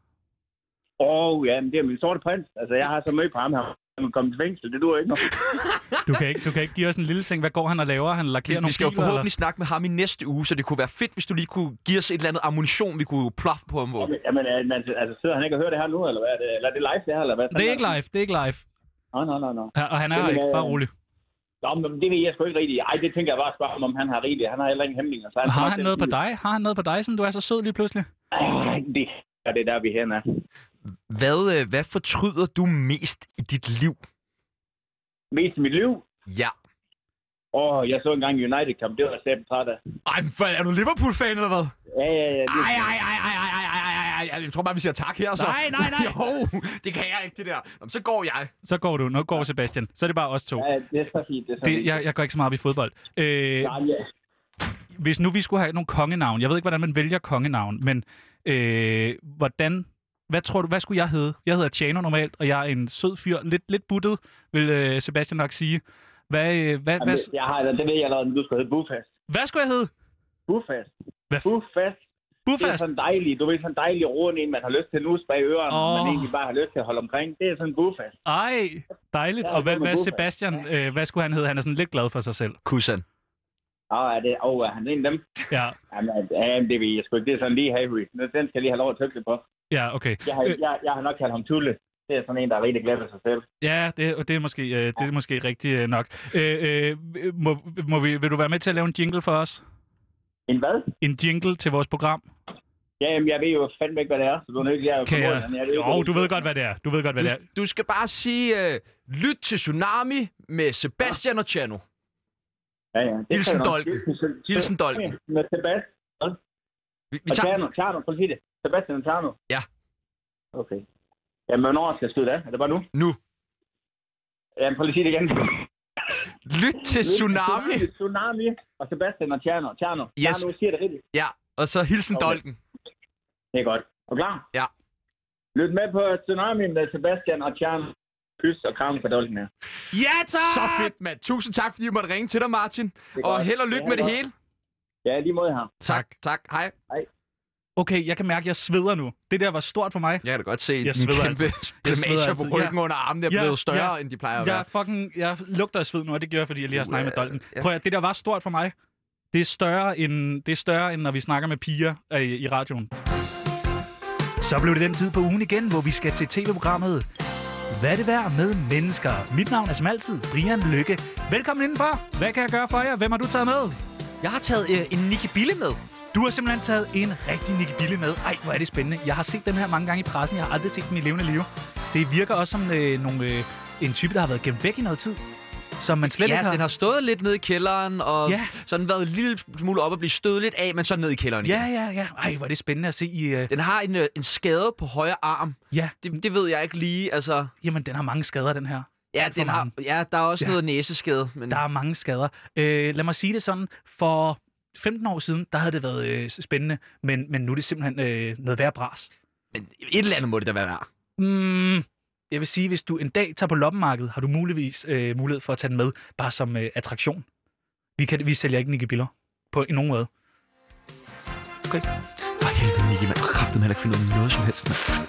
Speaker 7: oh, ja, men det er min sorte prins. Altså, jeg har så mødt på ham her. Han er kommet i fængsel, det duer ikke
Speaker 2: (laughs)
Speaker 7: noget.
Speaker 2: Du kan, ikke, du kan ikke give os en lille ting. Hvad går han og laver? Han
Speaker 3: Vi,
Speaker 2: lakerer
Speaker 3: vi
Speaker 2: nogle
Speaker 3: skal jo
Speaker 2: biler,
Speaker 3: forhåbentlig snakke med ham i næste uge, så det kunne være fedt, hvis du lige kunne give os et eller andet ammunition, vi kunne ploffe på ham. på.
Speaker 7: Jamen, øh, man, altså, sidder han ikke og hører det her nu, eller hvad? Er det, eller er det live, det her, eller hvad?
Speaker 2: eller? Det er ikke live, det er ikke live.
Speaker 7: Nå, nå, nå, nå.
Speaker 2: Ja, og han er
Speaker 7: Det er
Speaker 2: her ikke,
Speaker 7: med-
Speaker 2: bare rolig.
Speaker 7: Nå, men det ved jeg sgu ikke rigtigt. Ej, det tænker jeg bare at spørge ham, om han har rigtigt. Han har heller ingen hæmninger. Så
Speaker 2: Har han noget på dig? Har han noget på dig, sådan du er så sød lige pludselig?
Speaker 7: Ej, det er det der, vi hen er.
Speaker 3: Hvad, øh, hvad fortryder du mest i dit liv?
Speaker 7: Mest i mit liv?
Speaker 3: Ja.
Speaker 7: Åh, jeg så engang United kamp. Det var jeg sæt træt af.
Speaker 3: Ej, men hvad, er du Liverpool-fan eller hvad?
Speaker 7: Ja, ja, ja. Det,
Speaker 3: Ej, ej, ej, ej, ej, ej, ej, ej, ej, ej. Jeg tror bare, vi siger tak her, så.
Speaker 2: Nej, nej, nej.
Speaker 3: (laughs) jo, det kan jeg ikke, det der. Jamen, så går jeg.
Speaker 2: Så går du. Nu går Sebastian. Så er det bare os to.
Speaker 7: ja, det er så fint. Det er så
Speaker 2: Det,
Speaker 7: fint.
Speaker 2: jeg, jeg går ikke så meget op i fodbold. Øh,
Speaker 7: Nej, ja.
Speaker 2: hvis nu vi skulle have nogle kongenavn. Jeg ved ikke, hvordan man vælger kongenavn, men øh, hvordan... Hvad tror du, hvad skulle jeg hedde? Jeg hedder Tjano normalt, og jeg er en sød fyr. Lidt, lidt buttet, vil øh, Sebastian nok sige. Hvad, øh, hvad,
Speaker 7: Jamen,
Speaker 2: hvad,
Speaker 7: det, jeg har, det ved jeg allerede, men du skal hedde Bufast.
Speaker 2: hvad skulle jeg hedde?
Speaker 7: Bufast.
Speaker 2: Hvad f-
Speaker 7: Bufast. Det er
Speaker 2: Bufast?
Speaker 7: sådan dejlig, du ved, sådan dejlig roen en, man har lyst til at nus bag ørerne, oh.
Speaker 2: Åh.
Speaker 7: man egentlig bare har lyst til at holde omkring. Det er sådan Bufast.
Speaker 2: Ej, dejligt.
Speaker 7: Ja,
Speaker 2: Og hvad,
Speaker 7: det er
Speaker 2: hvad
Speaker 7: Bufast.
Speaker 2: Sebastian, øh, hvad skulle han hedde? Han er sådan lidt glad for sig selv.
Speaker 3: Kusan.
Speaker 7: Åh, er det, åh, er han en af dem?
Speaker 2: Ja,
Speaker 7: Jamen, altså, jamen, det ved jeg sgu ikke. Det er sådan lige Harry. Den skal jeg lige have lov at tøfle på.
Speaker 2: ja okay.
Speaker 7: Jeg har,
Speaker 2: Øh.
Speaker 7: jeg, jeg har nok kaldt ham Tulle. Det er sådan en, der er rigtig glad for sig selv.
Speaker 2: Ja, det, og det, er, måske, øh, det er måske rigtigt øh, nok. Øh, øh, må, må vi, vil du være med til at lave en jingle for os?
Speaker 7: En hvad?
Speaker 2: En jingle til vores program?
Speaker 7: Ja, jamen, jeg ved jo fandme ikke, hvad det er, så du er nødt til at
Speaker 2: Kan jeg...
Speaker 7: formodet, men ved ikke,
Speaker 2: Jo,
Speaker 7: hvad
Speaker 2: du
Speaker 7: det er.
Speaker 2: ved godt, hvad det er. Du ved godt, hvad
Speaker 3: Du,
Speaker 2: det er.
Speaker 3: du skal bare sige, øh, lyt til Tsunami med Sebastian og Chano.
Speaker 7: Ja, ja. Det
Speaker 3: Hilsen
Speaker 7: kan jeg nok.
Speaker 3: Dolken.
Speaker 7: Hilsen-
Speaker 3: Hilsen Dolken.
Speaker 7: Med Sebastian
Speaker 3: Vi, vi
Speaker 7: og
Speaker 3: tager...
Speaker 7: Tjerno. Tjerno, prøv at sige det. Sebastian og Tjerno.
Speaker 3: Ja.
Speaker 7: Okay. Jamen, hvornår skal jeg skyde det af? Er det bare nu?
Speaker 3: Nu.
Speaker 7: Jamen, prøv lige at sige det igen.
Speaker 3: Lyt til Tsunami.
Speaker 7: Tsunami og Sebastian og Tjerno. Tjerno.
Speaker 3: Yes.
Speaker 7: Tjerno, siger det rigtigt.
Speaker 3: Ja, og så hilsen
Speaker 7: Okay.
Speaker 3: Dolken.
Speaker 7: Det er godt. Er du klar?
Speaker 3: Ja.
Speaker 7: Lyt med på Tsunami med Sebastian og Tjern. Kys og kram for dolken her.
Speaker 2: Ja,
Speaker 3: Så fedt, mand. Tusind tak, fordi jeg måtte ringe til dig, Martin.
Speaker 7: er
Speaker 3: Og
Speaker 7: godt.
Speaker 3: held og lykke
Speaker 7: Ja,
Speaker 3: med det
Speaker 7: godt.
Speaker 3: hele.
Speaker 7: Ja, lige mod her.
Speaker 3: Tak, tak. Hej.
Speaker 2: Okay, jeg kan mærke, at jeg sveder nu. Det der var stort for mig.
Speaker 3: Jeg kan da godt se, at
Speaker 2: Jeg
Speaker 3: din
Speaker 2: sveder
Speaker 3: kæmpe
Speaker 2: sveder
Speaker 3: plamager på
Speaker 2: altid.
Speaker 3: ryggen under armen er
Speaker 2: Ja,
Speaker 3: blevet større,
Speaker 2: ja.
Speaker 3: end de plejer at være.
Speaker 2: Jeg, fucking, jeg lugter af sved nu, og det gør jeg, fordi jeg lige har snakket med
Speaker 3: er-
Speaker 2: Dolken.
Speaker 3: ja.
Speaker 2: Prøv at, det der var stort for mig. Det er større end, det er større, end når vi snakker med piger øh, i radioen. Så blev det den tid på ugen igen, hvor vi skal til tv-programmet Hvad er det værd med mennesker? Mit navn er som altid Brian Lykke. Velkommen indenfor. Hvad kan jeg gøre for jer? Hvem har du taget med?
Speaker 3: Jeg har taget øh, en Nicky Bille med.
Speaker 2: Du har simpelthen taget en rigtig Nicky Bille med. Ej, hvor er det spændende. Jeg har set den her mange gange i pressen. Jeg har aldrig set den i levende liv. Det virker også som øh, nogle, øh, en type, der har været gemt væk i noget tid. Som man slet ikke
Speaker 3: Ja,
Speaker 2: har...
Speaker 3: den har stået lidt nede i kælderen, og
Speaker 2: Ja.
Speaker 3: sådan været en lille smule op og blive stødet lidt af, men så ned i kælderen igen.
Speaker 2: Ja, ja, ja. Ej, hvor er det spændende at se i... Øh...
Speaker 3: Den har en, øh, en skade på højre arm.
Speaker 2: Ja,
Speaker 3: Det, det ved jeg ikke lige, altså...
Speaker 2: jamen, den har mange skader, den her.
Speaker 3: Ja,
Speaker 2: Alt for
Speaker 3: den har,
Speaker 2: mange.
Speaker 3: ja der er også
Speaker 2: Ja.
Speaker 3: ja. noget næseskade, men
Speaker 2: Der er mange skader. Øh, lad mig sige det sådan. For 15 år siden, der havde det været øh, spændende, men, men nu er det simpelthen øh, noget værre bras.
Speaker 3: et eller andet må det da være værd.
Speaker 2: Mm, jeg vil sige, hvis du en dag tager på loppemarkedet, har du muligvis øh, mulighed for at tage den med, bare som øh, attraktion. Vi, kan, vi sælger ikke Nicky på i nogen måde.
Speaker 3: For helvede, Nicky, man har kraftet heller ikke finde ud af noget som helst. mand.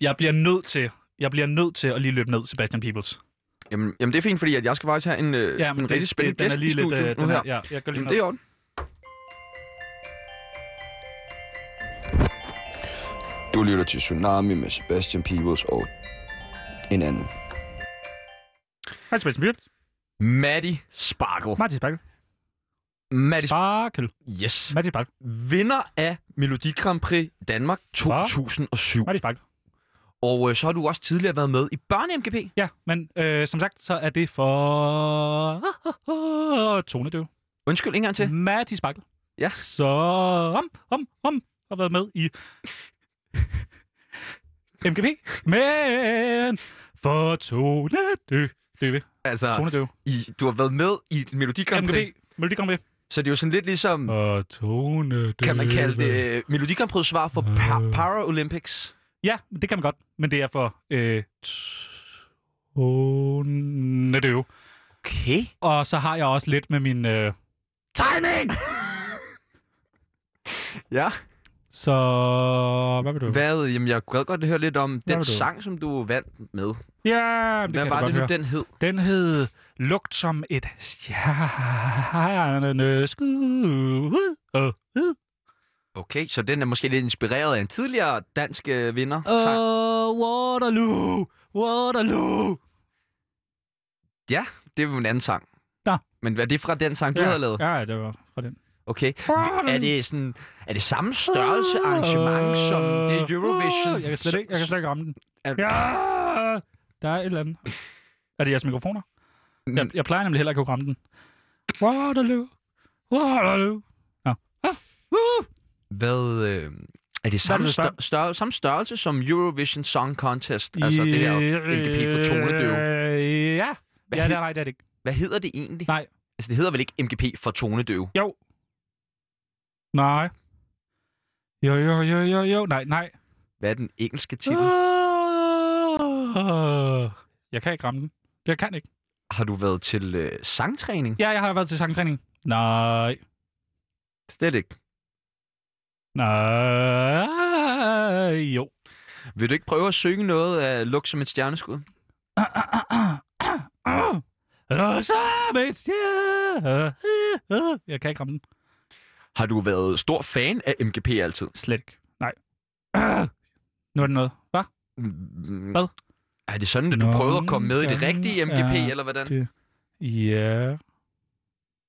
Speaker 2: Jeg bliver nødt til, jeg bliver nødt til at lige løbe ned, Sebastian Peoples.
Speaker 3: Jamen, jamen, det er fint, fordi at jeg skal faktisk have en, øh, ja, en
Speaker 2: det-
Speaker 3: rigtig
Speaker 2: det-
Speaker 3: spændende
Speaker 2: den
Speaker 3: gæst
Speaker 2: er lige
Speaker 3: i
Speaker 2: lidt,
Speaker 3: studiet
Speaker 2: øh,
Speaker 3: nu
Speaker 2: den
Speaker 3: her.
Speaker 2: er, ja, jeg går lige ned.
Speaker 3: jamen, det er i orden.
Speaker 8: Du
Speaker 5: Du lytter til Tsunami med Sebastian Peebles og en anden.
Speaker 2: Hej, Sebastian Bjørn.
Speaker 3: Maddie Sparkle.
Speaker 2: Martin Sparkel.
Speaker 3: Maddie
Speaker 2: Sparkel.
Speaker 3: Yes.
Speaker 2: Martin Sparkel.
Speaker 3: Vinder af Melodi Grand Prix Danmark 2007.
Speaker 2: Martin Sparkel.
Speaker 3: Og øh, så har du også tidligere været med i Børne-MGP.
Speaker 2: Ja, men øh, som sagt, så er det ah, for tonedøv.
Speaker 3: Undskyld, en gang til.
Speaker 2: ah, Matti Sparkel.
Speaker 3: Ja.
Speaker 2: Så om, om, om, har været med
Speaker 3: (laughs)
Speaker 2: i MGP, men for tonedøv. Døve.
Speaker 3: Altså,
Speaker 2: Tonedøv.
Speaker 3: i, du har været med i Melodi Grand Prix.
Speaker 2: MGP. Melodi Grand Prix.
Speaker 3: Så det er jo sådan lidt ligesom,
Speaker 2: Og tonedøve.
Speaker 3: kan man kalde det øh, Melodi Grand Prix svar for pa- Paralympics.
Speaker 2: Ja, det kan man godt, men det er for øh, tonedøve.
Speaker 3: Okay.
Speaker 2: Og så har jeg også lidt med min... Øh,
Speaker 3: Timing! ja.
Speaker 2: så... Hvad vil du?
Speaker 3: Hvad, jamen, jeg gad godt høre lidt om
Speaker 2: Hvad
Speaker 3: den
Speaker 2: vil du?
Speaker 3: sang, som du vandt med.
Speaker 2: Ja, det
Speaker 3: Hvad
Speaker 2: kan
Speaker 3: var
Speaker 2: jeg godt
Speaker 3: det nu,
Speaker 2: høre.
Speaker 3: den hed?
Speaker 2: Den hed Lugt som et stjerneskud. Åh,
Speaker 3: Okay, så den er måske lidt inspireret af en tidligere dansk øh, vinder. sang.
Speaker 2: oh, Waterloo, Waterloo.
Speaker 3: Ja, det er jo en anden sang.
Speaker 2: Nå.
Speaker 3: Men hvad er det fra den sang, du
Speaker 2: ja, Mm.
Speaker 3: havde lavet?
Speaker 2: Ja, det var fra den.
Speaker 3: Okay. Er det, sådan, er det samme størrelse arrangement som det Eurovision?
Speaker 2: Øh, Jeg kan slet ikke, jeg kan slet ikke ramme den.
Speaker 3: Er-
Speaker 2: Ja, der er et eller andet. Er det jeres mikrofoner? Jeg, jeg plejer nemlig heller ikke at kunne ramme den. Waterloo, Waterloo.
Speaker 3: Hvad, øh, er det samme,
Speaker 2: det
Speaker 3: stør-
Speaker 2: samme?
Speaker 3: stør- samme størrelse som Eurovision Song Contest? Altså det der MGP for tonedøve.
Speaker 2: Øh, Ja,
Speaker 3: Hvad,
Speaker 2: ja det er,
Speaker 3: hed-
Speaker 2: nej, det er det ikke.
Speaker 3: hvad hedder det egentlig?
Speaker 2: Nej.
Speaker 3: Altså det hedder vel ikke MGP for tonedøve?
Speaker 2: Jo. Nej. Jo, jo, jo, jo, jo. Nej, nej.
Speaker 3: Hvad er den engelske titel?
Speaker 2: Øh. Ah. Jeg kan ikke ramme den. Jeg kan ikke.
Speaker 3: Har du været til øh, sangtræning?
Speaker 2: Ja, jeg har været til sangtræning. Nej.
Speaker 3: Slet ikke.
Speaker 2: Nej. Jo.
Speaker 3: Vil du ikke prøve at synge noget af Luk som et stjerneskud?
Speaker 2: Som et stjerne. Jeg kan ikke ramme den.
Speaker 3: Har du været stor fan af MGP altid?
Speaker 2: Slet ikke. Nej. Nu er det noget. Hvad? Hvad?
Speaker 3: Mm, Er det sådan, at du
Speaker 2: Nå,
Speaker 3: prøvede at komme med i det
Speaker 2: ja,
Speaker 3: rigtige MGP,
Speaker 2: ja,
Speaker 3: eller hvordan?
Speaker 2: det- Ja.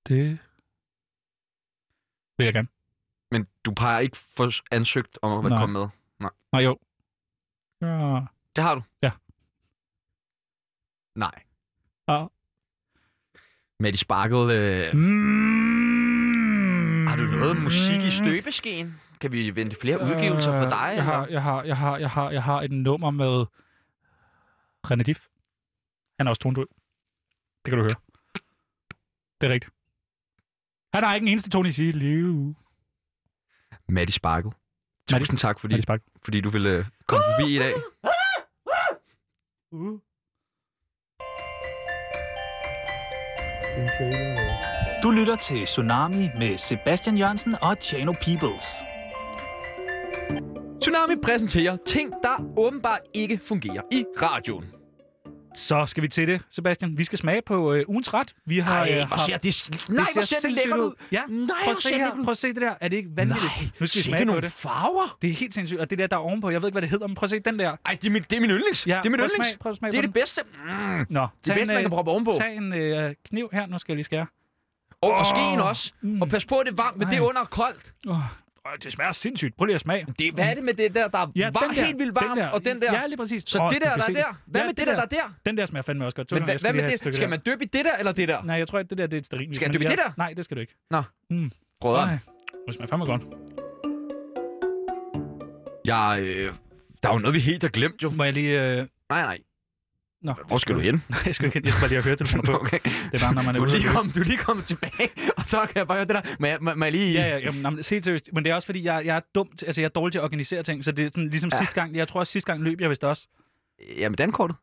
Speaker 2: Det vil jeg gerne.
Speaker 3: Men du har ikke for ansøgt om at
Speaker 2: Nej.
Speaker 3: komme med.
Speaker 2: Nej, jo. Ja.
Speaker 3: Det har du?
Speaker 2: Ja.
Speaker 3: Nej.
Speaker 2: Ja.
Speaker 3: Maddie Sparkle, øh,
Speaker 2: Mm. Mm.
Speaker 3: har du noget musik i støbeskeen? Kan vi vente flere udgivelser fra dig?
Speaker 2: Øh, Jeg har,
Speaker 3: eller?
Speaker 2: jeg, har, jeg, har, jeg, har, jeg har et nummer med René Diff. Han er også tonedød. Det kan du høre. Det er rigtigt. Han har ikke en eneste tone i sit liv.
Speaker 3: Maddie Sparkle,
Speaker 2: Maddie-
Speaker 3: tusind tak,
Speaker 2: Fordi...
Speaker 3: fordi, fordi du ville øh, komme forbi i dag.
Speaker 2: Uh.
Speaker 9: Du lytter til Tsunami med Sebastian Jørgensen og Tjano Peoples.
Speaker 3: Tsunami præsenterer ting, der åbenbart ikke fungerer i radioen.
Speaker 2: Så skal vi til det, Sebastian. Vi skal smage på øh, ugens ret. Vi har,
Speaker 3: Ej,
Speaker 2: øh,
Speaker 3: hvor
Speaker 2: har-
Speaker 3: ser det... Nej, hvor
Speaker 2: ser
Speaker 3: ser det
Speaker 2: sindssygt
Speaker 3: lækkert ud.
Speaker 2: Ja,
Speaker 3: Nej,
Speaker 2: prøv
Speaker 3: hvor
Speaker 2: at, se
Speaker 3: ser det
Speaker 2: her,
Speaker 3: lækkert
Speaker 2: prøv
Speaker 3: ud.
Speaker 2: at se det der. Er det ikke vanvittigt?
Speaker 3: Nej,
Speaker 2: nu skal vi
Speaker 3: sikke
Speaker 2: smage på
Speaker 3: nogle
Speaker 2: det.
Speaker 3: farver.
Speaker 2: Det er helt sindssygt. Og det der, der er ovenpå, jeg ved ikke, hvad det hedder, men prøv at se den der.
Speaker 3: Ej, det er min, det er min yndlings.
Speaker 2: Ja,
Speaker 3: det er min
Speaker 2: prøv at
Speaker 3: yndlings.
Speaker 2: smage- prøv at smage
Speaker 3: det er
Speaker 2: på
Speaker 3: det bedste. Mm.
Speaker 2: Nå,
Speaker 3: Det bedste, man kan proppe ovenpå.
Speaker 2: Tag en øh, kniv her. Nu skal jeg lige skære.
Speaker 3: Og, og skeen også.
Speaker 2: Mm.
Speaker 3: Og pas på, at det er varmt, men det er under og koldt.
Speaker 2: Oh, det smager sindssygt. Prøv lige at smage.
Speaker 3: Det, hvad er det med det der, der er
Speaker 2: Ja,
Speaker 3: var,
Speaker 2: den der,
Speaker 3: helt vildt varmt,
Speaker 2: den der.
Speaker 3: og den der?
Speaker 2: Ja, lige præcis.
Speaker 3: Så
Speaker 2: Åh,
Speaker 3: det
Speaker 2: du
Speaker 3: der,
Speaker 2: kan
Speaker 3: der
Speaker 2: se
Speaker 3: er der? Hvad
Speaker 2: Ja,
Speaker 3: med det der, der er der?
Speaker 2: Den der smager fandme også godt.
Speaker 3: Men
Speaker 2: Tunger,
Speaker 3: hvad,
Speaker 2: jeg
Speaker 3: hvad med
Speaker 2: lige have et
Speaker 3: det?
Speaker 2: stykke
Speaker 3: Skal
Speaker 2: der.
Speaker 3: man døbe i det der, eller det der?
Speaker 2: Nej, jeg tror ikke, det der det er et stearinlys.
Speaker 3: Skal jeg
Speaker 2: men
Speaker 3: dyppe i
Speaker 2: bliver-
Speaker 3: det
Speaker 2: Nej, det skal du ikke.
Speaker 3: Brødre,
Speaker 2: Nej. Det smager fandme godt.
Speaker 3: jeg, øh, der er jo noget, vi helt har glemt, jo.
Speaker 2: Må jeg lige... Øh...
Speaker 3: Nej, nej.
Speaker 2: Nå,
Speaker 3: Hvor skal du hen?
Speaker 2: Nej, (laughs) jeg skal ikke. Jeg skal bare lige have høretelefoner på.
Speaker 3: (laughs) Okay.
Speaker 2: Det er bare, når man er
Speaker 3: Du er
Speaker 2: ude.
Speaker 3: lige kommet, du er lige kommet tilbage, (laughs) og så kan jeg bare høre det der. Må jeg, må, må jeg lige...
Speaker 2: Ja, ja, jamen, jamen, helt seriøst. Men det er også fordi, jeg, jeg er dumt. Altså, jeg er dårlig til at organisere ting. Så det er sådan, ligesom ja. sidste gang. Jeg tror også, sidste gang løb jeg vist også.
Speaker 3: Jamen, dankortet.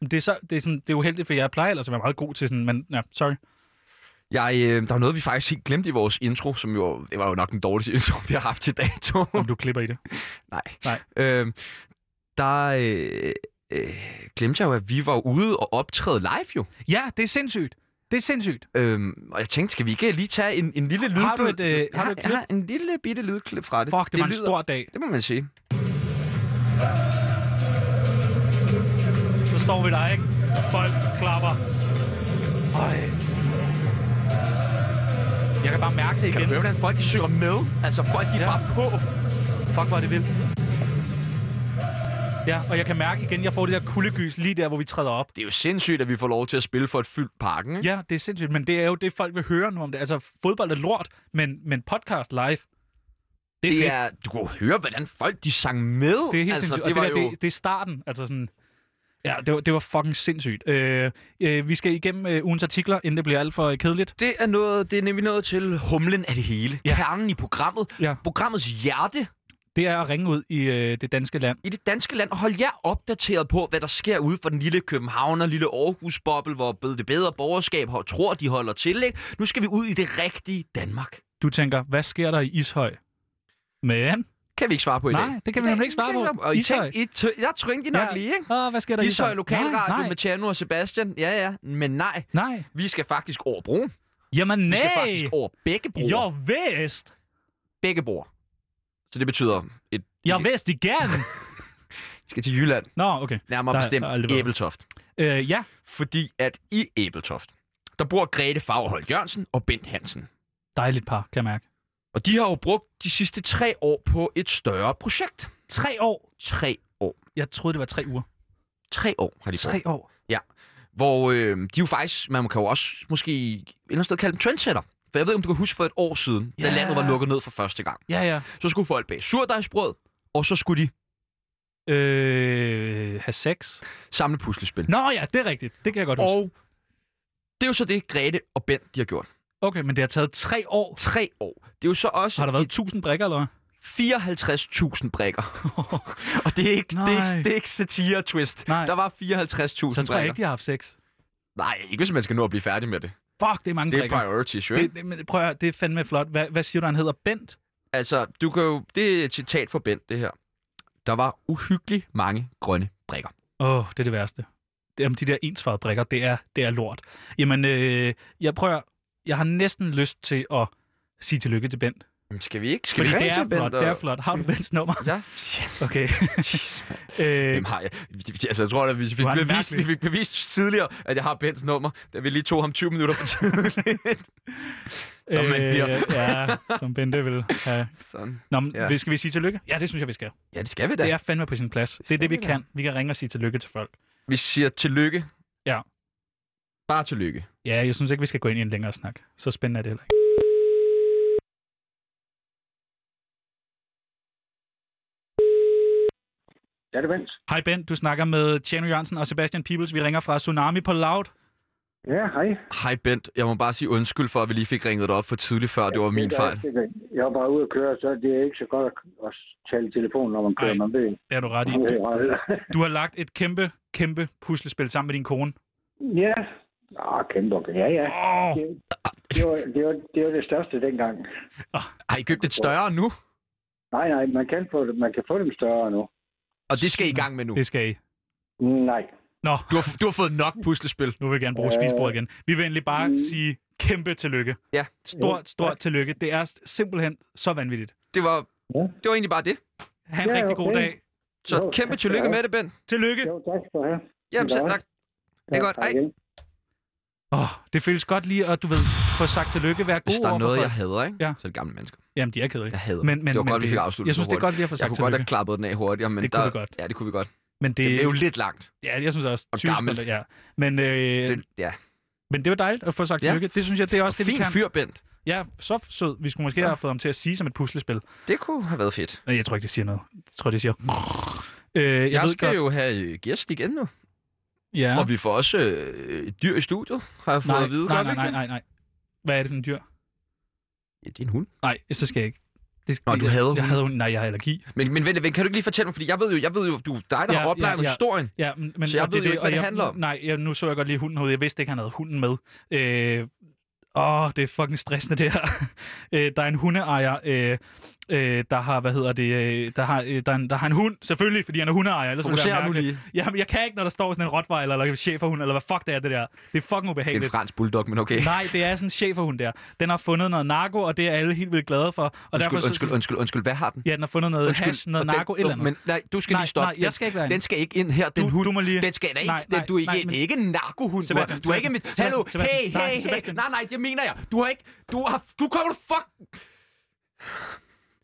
Speaker 2: Men det er, så, det er, sådan, det er uheldigt, for jeg plejer ellers at være meget god til sådan, men ja, sorry.
Speaker 3: Jeg, øh, der er noget, vi faktisk helt glemte i vores intro, som jo, det var jo nok den dårligste (laughs) intro, vi har haft til dato. (laughs)
Speaker 2: Om du klipper i det.
Speaker 3: Nej.
Speaker 2: Nej.
Speaker 3: Øh, der øh, øh, glemte jeg jo, at vi var ude og optræde live jo.
Speaker 2: Ja, det er sindssygt. Det er sindssygt.
Speaker 3: Øhm, og jeg tænkte, skal vi ikke lige tage en, en lille lyd?
Speaker 2: Har du et, øh, har du et
Speaker 3: jeg, har en lille bitte lydklip fra det.
Speaker 2: Fuck, det, det var en
Speaker 3: lyder-
Speaker 2: stor dag.
Speaker 3: Det må man sige.
Speaker 2: står vi der, ikke? Folk klapper. Øj. Jeg kan bare mærke det
Speaker 3: Kan
Speaker 2: igen.
Speaker 3: du høre, hvordan folk de synger med? Altså, folk de er bare på.
Speaker 2: Fuck, hvor er det vildt. Ja, og jeg kan mærke igen, jeg får det der kuldegys lige der, hvor vi træder op.
Speaker 3: Det er jo sindssygt, at vi får lov til at spille for et fyldt parken, ikke?
Speaker 2: Ja, det er sindssygt, men det er jo det, folk vil høre nu om det. Altså, fodbold er lort, men, men podcast live, det er fedt.
Speaker 3: Det er, du kunne høre, hvordan folk de sang med.
Speaker 2: Det er helt altså,
Speaker 3: altså,
Speaker 2: sindssygt.
Speaker 3: det
Speaker 2: Det og
Speaker 3: var
Speaker 2: det, der,
Speaker 3: jo...
Speaker 2: det, det er starten. Altså sådan, ja, det var, det var fucking sindssygt. Øh, øh, vi skal igennem øh, ugens artikler, inden det bliver alt for øh, kedeligt.
Speaker 3: Det er, noget, det er nemlig noget til humlen af det hele.
Speaker 2: Ja.
Speaker 3: Ja. Kernen i programmet.
Speaker 2: Ja.
Speaker 3: Programmets hjerte
Speaker 2: Det er at ringe ud i øh, det danske land.
Speaker 3: i det danske land. Og hold jer opdateret på, hvad der sker ude for den lille København og lille Aarhus-boble, hvor bedre- det bedre borgerskab har- tror, de holder til. Ikke? Nu skal vi ud i det rigtige Danmark.
Speaker 2: Du tænker, hvad sker der i Ishøj? Men,
Speaker 3: Kan vi ikke svare på i dag.
Speaker 2: nej, det kan vi nemlig ikke svare
Speaker 3: kan vi
Speaker 2: på.
Speaker 3: Og I
Speaker 2: Ishøj.
Speaker 3: tænk, I t- jeg trængte nok ja. lige, ikke?
Speaker 2: Åh, hvad sker der i Ishøj?
Speaker 3: Ishøj Lokalradio
Speaker 2: nej,
Speaker 3: nej,
Speaker 2: nej,
Speaker 3: med Tjerno og Sebastian. Ja, ja. Men nej,
Speaker 2: nej.
Speaker 3: vi skal faktisk over broen.
Speaker 2: Jamen,
Speaker 3: Vi
Speaker 2: nej.
Speaker 3: skal faktisk over begge broer.
Speaker 2: Jeg vidste.
Speaker 3: Begge broer. Så det betyder, et,
Speaker 2: Jeg vidste igen.
Speaker 3: vi skal til Jylland.
Speaker 2: Nå, okay.
Speaker 3: Nærmere
Speaker 2: Der-
Speaker 3: bestemt
Speaker 2: der har aldrig været.
Speaker 3: Æbeltoft.
Speaker 2: Øh, ja,
Speaker 3: Fordi at i Æbeltoft, der bor Grete Fagerholt Jørgensen og Bent Hansen.
Speaker 2: dejligt par, kan jeg mærke.
Speaker 3: Og de har jo brugt de sidste tre år på et større projekt.
Speaker 2: Tre år.
Speaker 3: Tre år.
Speaker 2: Jeg troede, det var tre uger.
Speaker 3: Tre år har de
Speaker 2: Tre
Speaker 3: brugt.
Speaker 2: år.
Speaker 3: Hvor øh, de er jo faktisk, man kan jo også måske et eller andet sted kalde dem trendsetter. For jeg ved, ikke, om du kan huske for et år siden, yeah.
Speaker 2: Ja.
Speaker 3: da landet var lukket ned for første gang.
Speaker 2: Ja, ja.
Speaker 3: Så skulle folk bage surdejsbrød, og så skulle de
Speaker 2: Øh, have sex?
Speaker 3: samle puslespil.
Speaker 2: Nå ja, det er rigtigt. Det kan jeg godt huske.
Speaker 3: Og det er jo så det, Grete og Bent de har gjort.
Speaker 2: Okay, men det har taget tre år.
Speaker 3: Tre år. Det er jo så også
Speaker 2: Har der været
Speaker 3: et
Speaker 2: 1000 brækker, eller hvad?
Speaker 3: 54.000 brækker. (laughs) og det er ikke, det er
Speaker 2: Nej.
Speaker 3: ikke, det er ikke satire-twist.
Speaker 2: Nej.
Speaker 3: Der var 54.000
Speaker 2: Så tror jeg
Speaker 3: brækker.
Speaker 2: ikke, de har haft sex.
Speaker 3: Nej, ikke hvis man skal nå at blive færdig med det.
Speaker 2: Fuck, det er mange
Speaker 3: Det er
Speaker 2: brækker.
Speaker 3: priorities, jo. ikke?
Speaker 2: Det, det, men prøv at høre, det er fandme flot. Hvad, hvad siger du, han hedder? Bent?
Speaker 3: Altså, du kan jo... Det er et citat for Bent, det her. Der var uhyggeligt mange grønne brækker.
Speaker 2: Åh, oh, det er det værste. Det, jamen, de der ensfarvede brækker, det er, det er lort. Jamen, øh, jeg prøver... Jeg har næsten lyst til at sige tillykke til Bent.
Speaker 3: Jamen, skal vi ikke? Skal
Speaker 2: Fordi
Speaker 3: vi
Speaker 2: det
Speaker 3: ringe
Speaker 2: er
Speaker 3: til Bent?
Speaker 2: flot, det er flot. Har du Bents nummer?
Speaker 3: Ja, (laughs)
Speaker 2: Okay. øh,
Speaker 3: Hvem har jeg? Altså, jeg tror, at vi fik,
Speaker 2: Du har en
Speaker 3: bevist, vi
Speaker 2: mærkelig-
Speaker 3: fik bevist tidligere, at jeg har Bens nummer, da vi lige tog ham 20 minutter for tidligt. Som man siger.
Speaker 2: Øh, ja, som Bente vil have.
Speaker 3: Sådan.
Speaker 2: Nå, men,
Speaker 3: Ja.
Speaker 2: skal vi sige tillykke? Ja, det synes jeg, vi skal.
Speaker 3: Ja, det skal vi da.
Speaker 2: Det er fandme på sin plads. Det er det, vi
Speaker 3: da.
Speaker 2: kan. Vi kan ringe og sige tillykke til folk.
Speaker 3: Vi siger tillykke.
Speaker 2: Ja.
Speaker 3: Bare tillykke.
Speaker 2: Ja, jeg synes ikke, vi skal gå ind i en længere snak. Så spændende er det heller ikke.
Speaker 7: Ja, det er Bent.
Speaker 2: Hej Bent, du snakker med Tjerno Jørgensen og Sebastian Peebles. Vi ringer fra Tsunami på Loud.
Speaker 7: Ja, hej.
Speaker 3: Hej Bent, jeg må bare sige undskyld for, at vi lige fik ringet dig op for tidligt før. Det var min
Speaker 7: Det er
Speaker 3: fejl.
Speaker 7: ikke sikkert. Jeg var bare ude at køre, så det er ikke så godt at- at tale i telefonen, når man kører.
Speaker 2: Ej.
Speaker 7: Man ved ikke.
Speaker 2: Det er du ret i.
Speaker 7: Man ved
Speaker 2: Du,
Speaker 7: ikke hvad det er.
Speaker 2: du har lagt et kæmpe, kæmpe puslespil sammen med din kone.
Speaker 7: (laughs) Ja. Ah, kæmpe okay. Ja, ja.
Speaker 2: Åh,
Speaker 7: Det, det, var, det, var, det var det største dengang.
Speaker 3: Har I købt et større nu?
Speaker 7: Nej, nej, man kan få, det- man kan få dem større nu.
Speaker 3: Og det skal I i gang med nu.
Speaker 2: det skal I.
Speaker 7: Nej.
Speaker 2: Nå,
Speaker 3: Du har, du har fået nok puslespil.
Speaker 2: nu vil jeg gerne bruge spisbordet igen. Vi vil egentlig bare sige kæmpe tillykke.
Speaker 3: Ja.
Speaker 2: Stort, stort tillykke. Det er simpelthen så vanvittigt.
Speaker 3: Det var,
Speaker 7: Ja.
Speaker 3: det var egentlig bare det.
Speaker 2: Ha' en
Speaker 7: Ja,
Speaker 2: rigtig god
Speaker 7: okay.
Speaker 2: dag.
Speaker 3: Så
Speaker 7: Jo,
Speaker 3: kæmpe
Speaker 7: tak skal
Speaker 3: tillykke
Speaker 7: du
Speaker 3: med
Speaker 7: have.
Speaker 3: det, Ben.
Speaker 2: Tillykke.
Speaker 7: Jo, tak skal du have.
Speaker 3: Jamen selv
Speaker 7: Godt.
Speaker 3: tak. Det er godt.
Speaker 7: tak
Speaker 3: Hej.
Speaker 7: igen.
Speaker 2: Åh, det føles godt lige at, du ved, få sagt tillykke. Vær god
Speaker 3: Hvis der er
Speaker 2: over for
Speaker 3: noget,
Speaker 2: folk.
Speaker 3: jeg hader, ikke?
Speaker 2: Ja.
Speaker 3: så er det gamle mennesker.
Speaker 2: Jamen, de er kedelige.
Speaker 3: Jeg hader
Speaker 2: Men, men,
Speaker 3: det var
Speaker 2: men
Speaker 3: godt, vi fik afsluttet
Speaker 2: Jeg synes,
Speaker 3: så
Speaker 2: det er godt lige at få
Speaker 3: Jeg
Speaker 2: sagt
Speaker 3: kunne godt
Speaker 2: tillykke.
Speaker 3: have klappet den af hurtigere, men
Speaker 2: Det
Speaker 3: der,
Speaker 2: kunne vi godt.
Speaker 3: Ja, det kunne vi godt.
Speaker 2: Men det,
Speaker 3: Det blev jo lidt langt.
Speaker 2: Ja, jeg synes også.
Speaker 3: Og
Speaker 2: 20
Speaker 3: gammelt.
Speaker 2: sekunder, ja. Men, øh,
Speaker 3: Det, ja.
Speaker 2: men det var dejligt at få sagt
Speaker 3: Ja.
Speaker 2: tillykke. Det synes jeg, det er også det, vi
Speaker 3: Fin
Speaker 2: kan.
Speaker 3: fyr, Bent.
Speaker 2: Ja, så f- sød. Vi skulle måske have fået ham til at sige som et puslespil.
Speaker 3: Det kunne have været fedt.
Speaker 2: Nej, Jeg tror ikke, det siger noget. Jeg tror, det siger... Øh, jeg,
Speaker 3: Mm. Jeg, jeg
Speaker 2: ved
Speaker 3: skal
Speaker 2: godt.
Speaker 3: jo have øh, gæst igen nu.
Speaker 2: Ja.
Speaker 3: Ja. Og vi får også øh, et dyr i studiet, har jeg fået
Speaker 2: nej,
Speaker 3: at vide.
Speaker 2: nej,
Speaker 3: Gør vi
Speaker 2: nej,
Speaker 3: ikke
Speaker 2: nej,
Speaker 3: det?
Speaker 2: nej, nej. Hvad er det for en dyr?
Speaker 3: Ja, det er en hund.
Speaker 2: Nej, så skal jeg ikke. Det,
Speaker 3: Nå,
Speaker 2: det-
Speaker 3: du
Speaker 2: jeg,
Speaker 3: hader
Speaker 2: jeg
Speaker 3: hunde.
Speaker 2: havde hunde. Nej, jeg har allergi.
Speaker 3: Men, men vent, vent, kan du ikke lige fortælle mig, fordi jeg ved jo, jeg ved jo du er dig, der
Speaker 2: Ja,
Speaker 3: ja, har oplejet
Speaker 2: ja,
Speaker 3: ja,
Speaker 2: ja.
Speaker 3: historien.
Speaker 2: Ja, men, men-
Speaker 3: Så jeg
Speaker 2: og
Speaker 3: ved jo ikke,
Speaker 2: og
Speaker 3: hvad det
Speaker 2: jeg-
Speaker 3: handler om.
Speaker 2: Nej, jeg, nu så jeg godt lige hunden ud. Jeg vidste ikke, han havde hunden med. (laughs) Øh, åh, det er fucking stressende, det her. Øh, der er en hundeejer, øh, øh, der har, hvad hedder det, øh, der har, øh, der, er en- der har en hund, selvfølgelig, fordi han er hundeejer, ellers ville det være
Speaker 3: Fokuser nu
Speaker 2: mærkeligt.
Speaker 3: lige.
Speaker 2: Jamen, jeg kan ikke, når der står sådan en rottweiler eller cheferhund, eller hvad fuck det er, det der. Det er fucking
Speaker 3: Det er
Speaker 2: ubehageligt.
Speaker 3: en fransk bulldog, men okay.
Speaker 2: Nej, det er sådan en cheferhund der. Den har fundet noget narko, og det er alle helt vildt glade for. Og
Speaker 3: Undskyld,
Speaker 2: derfor,
Speaker 3: undskyld, undskyld, undskyld. Hvad har den?
Speaker 2: Ja, den har fundet noget
Speaker 3: Undskyld,
Speaker 2: hash, noget
Speaker 3: og den-
Speaker 2: narko, et eller andet.
Speaker 3: Men nej, du skal
Speaker 2: Nej,
Speaker 3: lige stoppe.
Speaker 2: nej, jeg
Speaker 3: Den-
Speaker 2: skal ikke være inde.
Speaker 3: Den skal ikke ind her, den
Speaker 2: Du-
Speaker 3: hund.
Speaker 2: du må lige-
Speaker 3: Den skal da ikke.
Speaker 2: Nej,
Speaker 3: den,
Speaker 2: nej,
Speaker 3: du er ikke,
Speaker 2: nej, men-
Speaker 3: det er ikke en narkohund. du har-
Speaker 2: Sebastian,
Speaker 3: du er ikke
Speaker 2: Sebastian,
Speaker 3: mit... Hallo,
Speaker 2: Sebastian, Sebastian,
Speaker 3: hey,
Speaker 2: nej,
Speaker 3: hey, hey.
Speaker 2: Sebastian.
Speaker 3: Nej, nej, det mener jeg. Du har ikke... Du har... Du kommer... Fuck.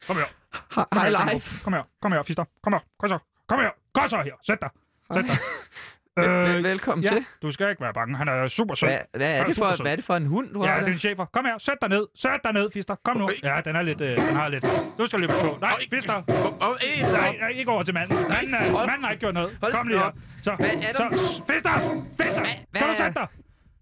Speaker 2: Kom her.
Speaker 3: Hi- High life.
Speaker 2: Kom her. Kom her, fister. Kom her. Kom så. Kom her. Kom så her. Sæt dig. Sæt
Speaker 3: (laughs)
Speaker 2: dig. Øh,
Speaker 3: Vel- Velkommen
Speaker 2: ja,
Speaker 3: til.
Speaker 2: du skal ikke være bange. Han er super sød.
Speaker 3: Hvad, hvad, er
Speaker 2: Han
Speaker 3: det for,
Speaker 2: supersød.
Speaker 3: hvad er det for en hund, du
Speaker 2: Ja,
Speaker 3: har
Speaker 2: det er
Speaker 3: der?
Speaker 2: en chefer. Kom her, sæt dig ned. Sæt dig ned, Fister. Kom nu. Ja, den er lidt... Øh, den har lidt... Du skal løbe på. Nej, Fister.
Speaker 3: Åh, øh,
Speaker 2: Nej, nej, ikke over til manden. Manden, er,
Speaker 3: hold-
Speaker 2: manden har ikke gjort noget.
Speaker 3: hold
Speaker 2: Kom lige
Speaker 3: da
Speaker 2: her.
Speaker 3: op.
Speaker 2: Så,
Speaker 3: Hvad er
Speaker 2: så,
Speaker 3: der-
Speaker 2: Fister! Fister!
Speaker 3: hvad
Speaker 2: Kan du
Speaker 3: er-
Speaker 2: sætte dig?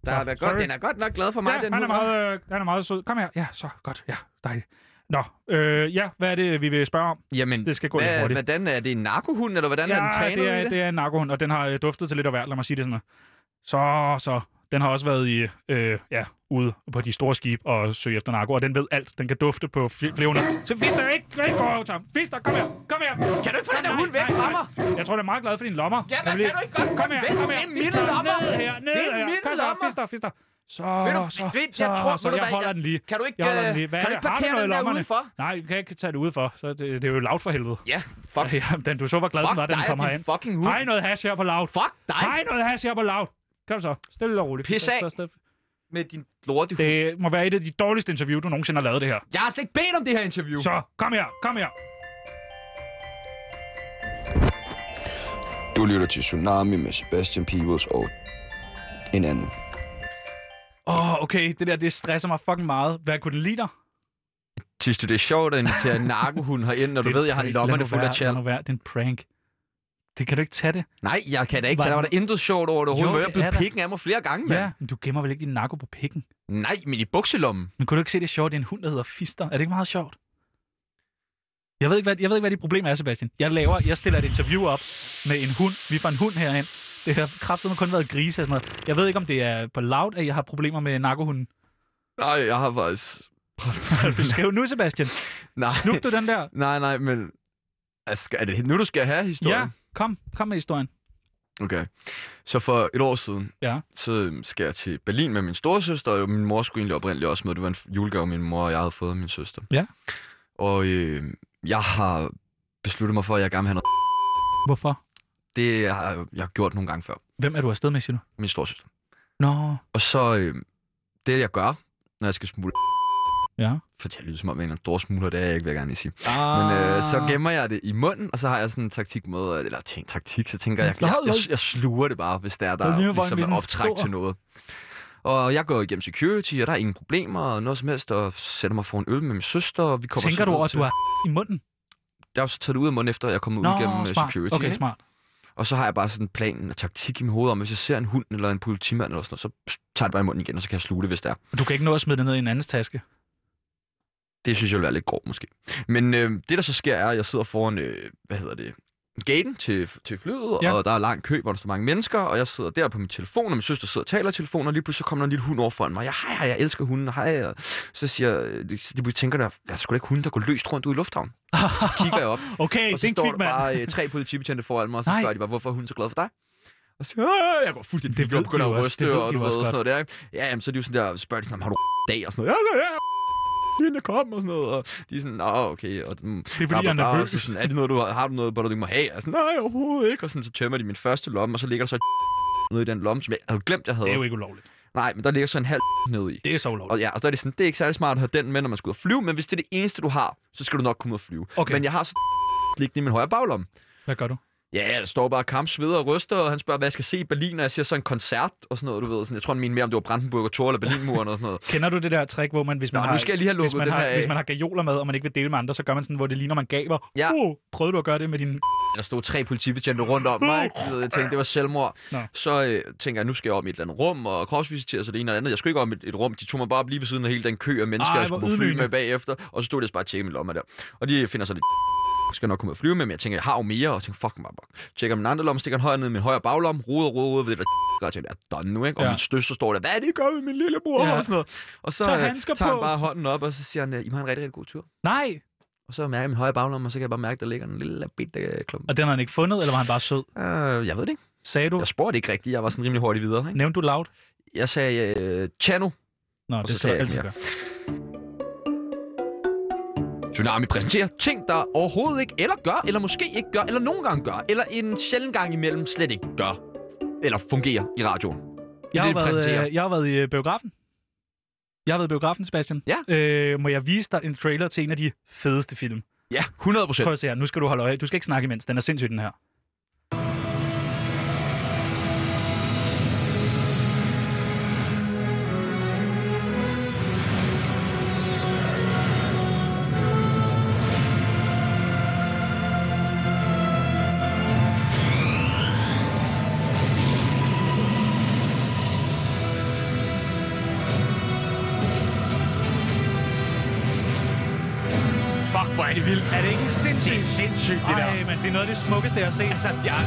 Speaker 3: Der er da
Speaker 2: Sorry.
Speaker 3: godt, den er godt nok glad for mig,
Speaker 2: ja,
Speaker 3: den
Speaker 2: han, er
Speaker 3: hund.
Speaker 2: meget, øh, han er meget sød. Kom her. Ja, så godt. Ja, dejligt. Nå, øh, ja, hvad er det, vi vil spørge om?
Speaker 3: Jamen,
Speaker 2: Det skal gå lidt
Speaker 3: hvad-
Speaker 2: hurtigt.
Speaker 3: Hvordan er det en narkohund, eller hvordan er den
Speaker 2: ja,
Speaker 3: trænet
Speaker 2: det
Speaker 3: i
Speaker 2: er,
Speaker 3: det?
Speaker 2: det er en narkohund, og den har øh, duftet til lidt af hvert, lad mig sige det sådan noget. Så, så. Den har også været i, øh, ja, ude på de store skib og søge efter narko, og den ved alt. Den kan dufte på fl- flere hundrede. Så Fister, ikke, ikke gå, Tom. Fister, kom her, kom her.
Speaker 3: Kan du ikke få den der
Speaker 2: Nej,
Speaker 3: hund væk
Speaker 2: nej,
Speaker 3: fra
Speaker 2: nej.
Speaker 3: mig?
Speaker 2: Jeg tror, den er meget glad for dine lommer.
Speaker 3: Jamen,
Speaker 2: vi
Speaker 3: kan du ikke godt få
Speaker 2: Kom
Speaker 3: den
Speaker 2: her,
Speaker 3: væk?
Speaker 2: kom her.
Speaker 3: Det er mine
Speaker 2: Fister,
Speaker 3: lommer.
Speaker 2: Ned her, ned
Speaker 3: Det er
Speaker 2: her.
Speaker 3: mine
Speaker 2: Kom så,
Speaker 3: lommer.
Speaker 2: Fister, Fister. Så,
Speaker 3: Ved du,
Speaker 2: så,
Speaker 3: ved,
Speaker 2: så,
Speaker 3: jeg tror,
Speaker 2: så,
Speaker 3: ved du
Speaker 2: jeg
Speaker 3: hvad,
Speaker 2: holder
Speaker 3: jeg-
Speaker 2: den lige.
Speaker 3: kan du ikke,
Speaker 2: jeg holder den
Speaker 3: øh,
Speaker 2: lige. Hvad
Speaker 3: kan
Speaker 2: er det?
Speaker 3: du ikke
Speaker 2: Har
Speaker 3: parkere
Speaker 2: noget i
Speaker 3: den der
Speaker 2: lommerne?
Speaker 3: udenfor?
Speaker 2: Nej, vi kan ikke tage det udenfor, så det, det er jo lavt for helvede.
Speaker 3: Ja, fuck.
Speaker 2: Ja, den, du så, hvor glad den
Speaker 3: Fuck
Speaker 2: var, da den
Speaker 3: dig
Speaker 2: kom
Speaker 3: og din
Speaker 2: herind.
Speaker 3: fucking hund.
Speaker 2: Hej noget hash her på loud.
Speaker 3: Fuck dig
Speaker 2: Hej noget hash her på loud. Kom så, stille og roligt.
Speaker 3: Pis
Speaker 2: Så-
Speaker 3: af.
Speaker 2: så stille.
Speaker 3: med din lorte hund.
Speaker 2: Det må være et af de dårligste interview, du nogensinde har lavet det her.
Speaker 3: Jeg har slet ikke bedt om det her interview.
Speaker 2: Så, kom her, kom her.
Speaker 5: Du lytter til Tsunami med Sebastian Peebles og en anden.
Speaker 2: Åh, oh, okay, det der, det stresser mig fucking meget. Hvad kunne den lide dig?
Speaker 3: Synes du, det er sjovt
Speaker 2: (laughs)
Speaker 3: at invitere en narkohund herind, når du
Speaker 2: Det er
Speaker 3: ved,
Speaker 2: en
Speaker 3: jeg har
Speaker 2: prank.
Speaker 3: lommerne
Speaker 2: Lad nu
Speaker 3: fuld af
Speaker 2: være,
Speaker 3: tjal?
Speaker 2: Lad nu være, det er en prank. Det kan du ikke tage det.
Speaker 3: Nej, jeg kan da ikke
Speaker 2: Var
Speaker 3: tage Der var
Speaker 2: det-
Speaker 3: der intet sjovt over det
Speaker 2: Jo,
Speaker 3: overhovedet.
Speaker 2: det
Speaker 3: Jeg er
Speaker 2: er
Speaker 3: blevet
Speaker 2: der.
Speaker 3: pikken af mig flere gange, mand.
Speaker 2: Ja, men du gemmer vel ikke din narko på pikken?
Speaker 3: Nej, men i bukselommen.
Speaker 2: Men kunne du ikke se det er sjovt? Det er en hund, der hedder Fister. Er det ikke meget sjovt? Jeg ved ikke, hvad, jeg ved ikke, hvad dit problem er, Sebastian. Jeg, laver, jeg stiller et interview op med en hund. Vi får en hund herhen. Det har kraftigt kun været grise og sådan noget. Jeg ved ikke, om det er på loud, at jeg har problemer med narkohunden.
Speaker 3: Nej, jeg har faktisk...
Speaker 2: Beskriv nu, Sebastian.
Speaker 3: (laughs) nej,
Speaker 2: Snup du den der?
Speaker 3: nej, nej, men... Altså, skal- er det nu, du skal have historien?
Speaker 2: Ja, kom. Kom med historien.
Speaker 3: Okay. Så for et år siden,
Speaker 2: Ja.
Speaker 3: så øhm, skal jeg til Berlin med min storesøster, og min mor skulle egentlig oprindeligt også med. Det var en f- julegave, min mor og jeg havde fået af min søster.
Speaker 2: Ja.
Speaker 3: Og øh, jeg har besluttet mig for, at jeg gerne vil have noget.
Speaker 2: Hvorfor?
Speaker 3: Det har jeg- jeg har gjort nogle gange før.
Speaker 2: Hvem er du afsted med, siger du?
Speaker 3: Min storesøster.
Speaker 2: Nå,
Speaker 3: Og så øh, det, jeg gør, når jeg skal smule...
Speaker 2: ja.
Speaker 3: For det lyder som om, jeg er en stor smugler, det er jeg ikke, vil jeg gerne lige sige.
Speaker 2: Ah.
Speaker 3: Men øh, så gemmer jeg det i munden, og så har jeg sådan en taktik med, eller tænk, taktik, så tænker jeg, jeg, jeg, jeg, jeg sluger det bare, hvis der er,
Speaker 2: Så
Speaker 3: der
Speaker 2: ligner volden
Speaker 3: ligesom
Speaker 2: lidt
Speaker 3: er
Speaker 2: en
Speaker 3: optræk
Speaker 2: stor.
Speaker 3: til noget. Og jeg går igennem security, og der er ingen problemer og noget som helst, og sætter mig for en øl med min søster, og vi kommer
Speaker 2: Tænker
Speaker 3: så
Speaker 2: du
Speaker 3: ned
Speaker 2: over, at
Speaker 3: til-
Speaker 2: du har i munden?
Speaker 3: Jeg har jo så taget det ud af munden, efter jeg er kommet ud igennem øh,
Speaker 2: smart.
Speaker 3: security.
Speaker 2: Okay,
Speaker 3: ikke?
Speaker 2: smart.
Speaker 3: Og så har jeg bare sådan en plan og taktik i mit hoved om, hvis jeg ser en hund eller en politimand eller sådan noget, så tager jeg det bare i munden igen, og så kan jeg sluge det, hvis det er.
Speaker 2: Du kan ikke nå at smide det ned i en andens taske.
Speaker 3: Det synes jeg vil være lidt grov måske. Men øh, det, der så sker, er, at jeg sidder foran, øh, hvad hedder det, gaten til, til flyet,
Speaker 2: Ja.
Speaker 3: ja. og der er lang kø, hvor der står mange mennesker, og jeg sidder der på min telefon, og min søster sidder og taler i telefonen, og lige pludselig så kommer der en lille hund over foran mig. Jeg, hej, hej, jeg elsker hunden, hej. Og så siger jeg, de, de tænker, der er sgu da ikke hunden, der går løst rundt ude i lufthavnen. Så kigger jeg op,
Speaker 2: Okay,
Speaker 3: og så står der bare øh, tre politibetjente foran mig, og så
Speaker 2: Nej.
Speaker 3: spørger de bare, hvorfor er hun så glad for dig? Og så siger jeg, "Øh, jeg går fuldstændig
Speaker 2: Det
Speaker 3: vildt
Speaker 2: ved
Speaker 3: og begynder
Speaker 2: de jo
Speaker 3: at
Speaker 2: også. Det
Speaker 3: ryste,
Speaker 2: ved
Speaker 3: og
Speaker 2: de jo
Speaker 3: du ved,
Speaker 2: også
Speaker 3: sådan noget der. ikke? Ja, jamen, så er de jo sådan der, spørger de sådan, har du (laughs) dag og sådan noget. Ja, ja, ja. Inden jeg kom og sådan noget. Og de er sådan, nå, okay. Og, mm,
Speaker 2: Det er fordi, jeg er
Speaker 3: Og
Speaker 2: nervøs.
Speaker 3: så sådan, er det noget, du har, har du noget, hvor du må have? Og sådan, nej, overhovedet ikke. Og sådan, så tømmer de min første lomme, og så ligger der så (laughs) nede i den lomme, som jeg havde glemt, jeg havde.
Speaker 2: Det er jo ikke ulovligt.
Speaker 3: Nej, men der ligger så en halv (laughs) nede i.
Speaker 2: Det er så ulovligt.
Speaker 3: Og ja, og så er det sådan, det er ikke særlig smart at have den med, når man skal ud og flyve, men hvis det er det eneste, du har, så skal du nok komme ud og flyve.
Speaker 2: Okay.
Speaker 3: Men jeg har så (laughs) liggende i min højre baglomme.
Speaker 2: Hvad gør du?
Speaker 3: Ja, der står bare kamp, sveder og ryster, og han spørger, hvad jeg skal se i Berlin, og jeg siger så en koncert og sådan noget, du ved. Sådan, jeg tror, han mente mere, om det var Brandenburg og Tor eller Berlinmuren og sådan noget.
Speaker 2: Kender du det der trick, hvor man, hvis man
Speaker 3: Nå,
Speaker 2: har,
Speaker 3: nu skal jeg lige have
Speaker 2: hvis
Speaker 3: lukket
Speaker 2: man
Speaker 3: den
Speaker 2: har,
Speaker 3: her af.
Speaker 2: hvis man har gajoler med, og man ikke vil dele med andre, så gør man sådan, hvor det ligner, man gaber.
Speaker 3: Ja.
Speaker 2: Uh, prøvede du at gøre det med din...
Speaker 3: Der stod tre politibetjente rundt om mig, ikke? Du ved, jeg tænkte, det var selvmord.
Speaker 2: Uh. Nå.
Speaker 3: Så øh, tænker jeg, nu skal jeg om i et eller andet rum, og kropsvisiteres og det ene og det andet. Jeg skulle ikke om et, et rum, de tog mig bare op lige ved siden af hele den kø af mennesker,
Speaker 2: Ej,
Speaker 3: jeg
Speaker 2: hvor
Speaker 3: skulle på fly
Speaker 2: ydmygende.
Speaker 3: med bagefter, og så stod det bare at tjekke min lomme der. Og de finder så lidt (laughs) skal nok komme ud og flyve med, men jeg tænker, jeg har jo mere, og jeg tænker, fuck mig bare. Tjekker min andre lomme, stikker den højre ned i min højre baglomme, roder, roder, roder, ved (laughs) det, der og jeg tænker, det er done nu, ikke? Og
Speaker 2: Ja.
Speaker 3: ja. min støster står der, hvad er det, I gør med min lillebror?
Speaker 2: Ja.
Speaker 3: Ja. Og sådan noget. Og så
Speaker 2: Tag
Speaker 3: øh,
Speaker 2: handsker
Speaker 3: tager
Speaker 2: på.
Speaker 3: han bare hånden op, og så siger han, øh, I må have en rigtig, rigtig god tur.
Speaker 2: Nej!
Speaker 3: Og så mærker jeg min højre baglomme, og så kan jeg bare mærke, der ligger en lille bitte øh, klump.
Speaker 2: Og den har han ikke fundet, eller var han bare sød?
Speaker 3: Øh, jeg ved det ikke.
Speaker 2: Sagde du?
Speaker 3: Jeg spurgte ikke rigtigt. Jeg var sådan rimelig hurtigt videre. Ikke?
Speaker 2: Nævnte du loud?
Speaker 3: Jeg sagde, øh, Chano.
Speaker 2: Nå,
Speaker 3: så
Speaker 2: det skal
Speaker 3: sagde
Speaker 2: du
Speaker 3: jeg
Speaker 2: altid
Speaker 3: mere.
Speaker 2: gøre.
Speaker 3: Tsunami præsenterer ting, der overhovedet ikke eller gør, eller måske ikke gør, eller nogen gange gør, eller en sjældent gang imellem slet ikke gør, eller fungerer i radioen.
Speaker 2: Jeg har,
Speaker 3: det, vi præsenterer.
Speaker 2: været, øh, jeg har været i øh, biografen. Jeg har været i biografen, Sebastian.
Speaker 3: Ja.
Speaker 2: Øh, må jeg vise dig en trailer til en af de fedeste film?
Speaker 3: Ja, 100 procent.
Speaker 2: Prøv at se her. Nu skal du holde øje. Du skal ikke snakke imens. Den er sindssyg, den her.
Speaker 1: Fuck, hvor er det vildt.
Speaker 2: Er det ikke sindssygt?
Speaker 1: Det er sindssygt, det der.
Speaker 2: Ej, men det er noget af det smukkeste, jeg har set.
Speaker 1: Altså, jeg,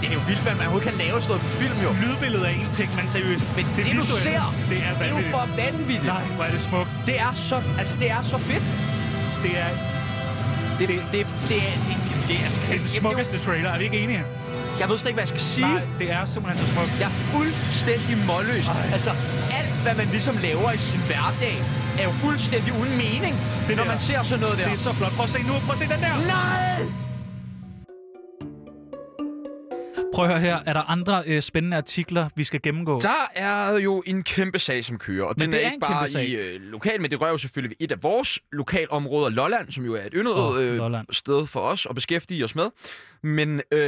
Speaker 1: det er jo vildt, hvad man overhovedet kan lave sådan noget på film, jo.
Speaker 2: Lydbilledet er en ting, men seriøst. Men det,
Speaker 1: Det, du
Speaker 2: visuelle,
Speaker 1: ser,
Speaker 2: det er,
Speaker 1: det er jo
Speaker 2: vanvittigt.
Speaker 1: for vanvittigt.
Speaker 2: Nej, hvor er det smukt.
Speaker 3: Det er så, altså, det er så fedt.
Speaker 2: Det er
Speaker 3: Det, det, det, det, er, det, det er,
Speaker 2: den smukkeste trailer. Er vi ikke enige?
Speaker 3: jeg ved slet ikke, hvad jeg skal sige.
Speaker 2: Nej, det er simpelthen så smukt.
Speaker 3: Jeg er fuldstændig målløs. Ej. Altså, alt, hvad man ligesom laver i sin hverdag, er jo fuldstændig uden mening, det når
Speaker 2: der.
Speaker 3: man ser sådan noget der.
Speaker 2: Det er så flot. Prøv at se nu. Prøv at se den der.
Speaker 3: Nej!
Speaker 2: Prøv at høre her. Er der andre øh, spændende artikler, vi skal gennemgå?
Speaker 3: Der er jo en kæmpe sag, som kører, og
Speaker 2: Men
Speaker 3: den
Speaker 2: det
Speaker 3: er
Speaker 2: er
Speaker 3: ikke
Speaker 2: en kæmpe
Speaker 3: bare
Speaker 2: sag.
Speaker 3: i øh, lokal, men det rører jo selvfølgelig ved et af vores lokalområder, Lolland, som jo er et yndet
Speaker 2: Åh,
Speaker 3: øh,
Speaker 2: Lolland.
Speaker 3: sted for os at beskæftige os med. Men øh,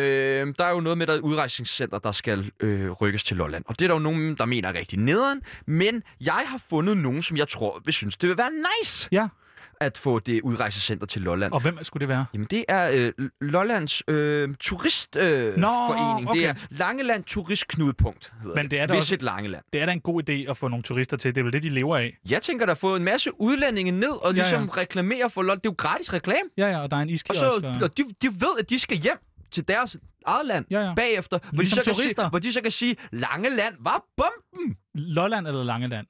Speaker 3: der er jo noget med, at der er et udrejsningscenter, der skal øh, rykkes til Lolland, og det er der jo nogen, der mener er rigtig nederen, men jeg har fundet nogen, som jeg tror vil synes, det vil være nice
Speaker 2: Ja.
Speaker 3: at få det udrejsecenter til Lolland.
Speaker 2: Og hvem skulle det være?
Speaker 3: Jamen, det er øh, Lollands øh, turistforening. Øh,
Speaker 2: Nå,
Speaker 3: forening. Det
Speaker 2: okay.
Speaker 3: er Langeland Turistknudepunkt, hedder
Speaker 2: Men det er da også-
Speaker 3: Visit Langeland.
Speaker 2: Det er da en god idé at få nogle turister til. Det er vel det, de lever af.
Speaker 3: Jeg tænker, der har fået en masse udlændinge ned og
Speaker 2: ja.
Speaker 3: ligesom ja, ja. reklamere for LOL. Det er jo gratis reklame.
Speaker 2: Ja, ja, og der er en
Speaker 3: Og,
Speaker 2: iskiosk.
Speaker 3: så, og de, de ved, at de skal hjem til deres eget land
Speaker 2: Ja, ja.
Speaker 3: bagefter, hvor,
Speaker 2: Ligesom
Speaker 3: de så kan sige,
Speaker 2: turister.
Speaker 3: hvor de så kan sige, lange land var bomben.
Speaker 2: Lolland eller Langeland?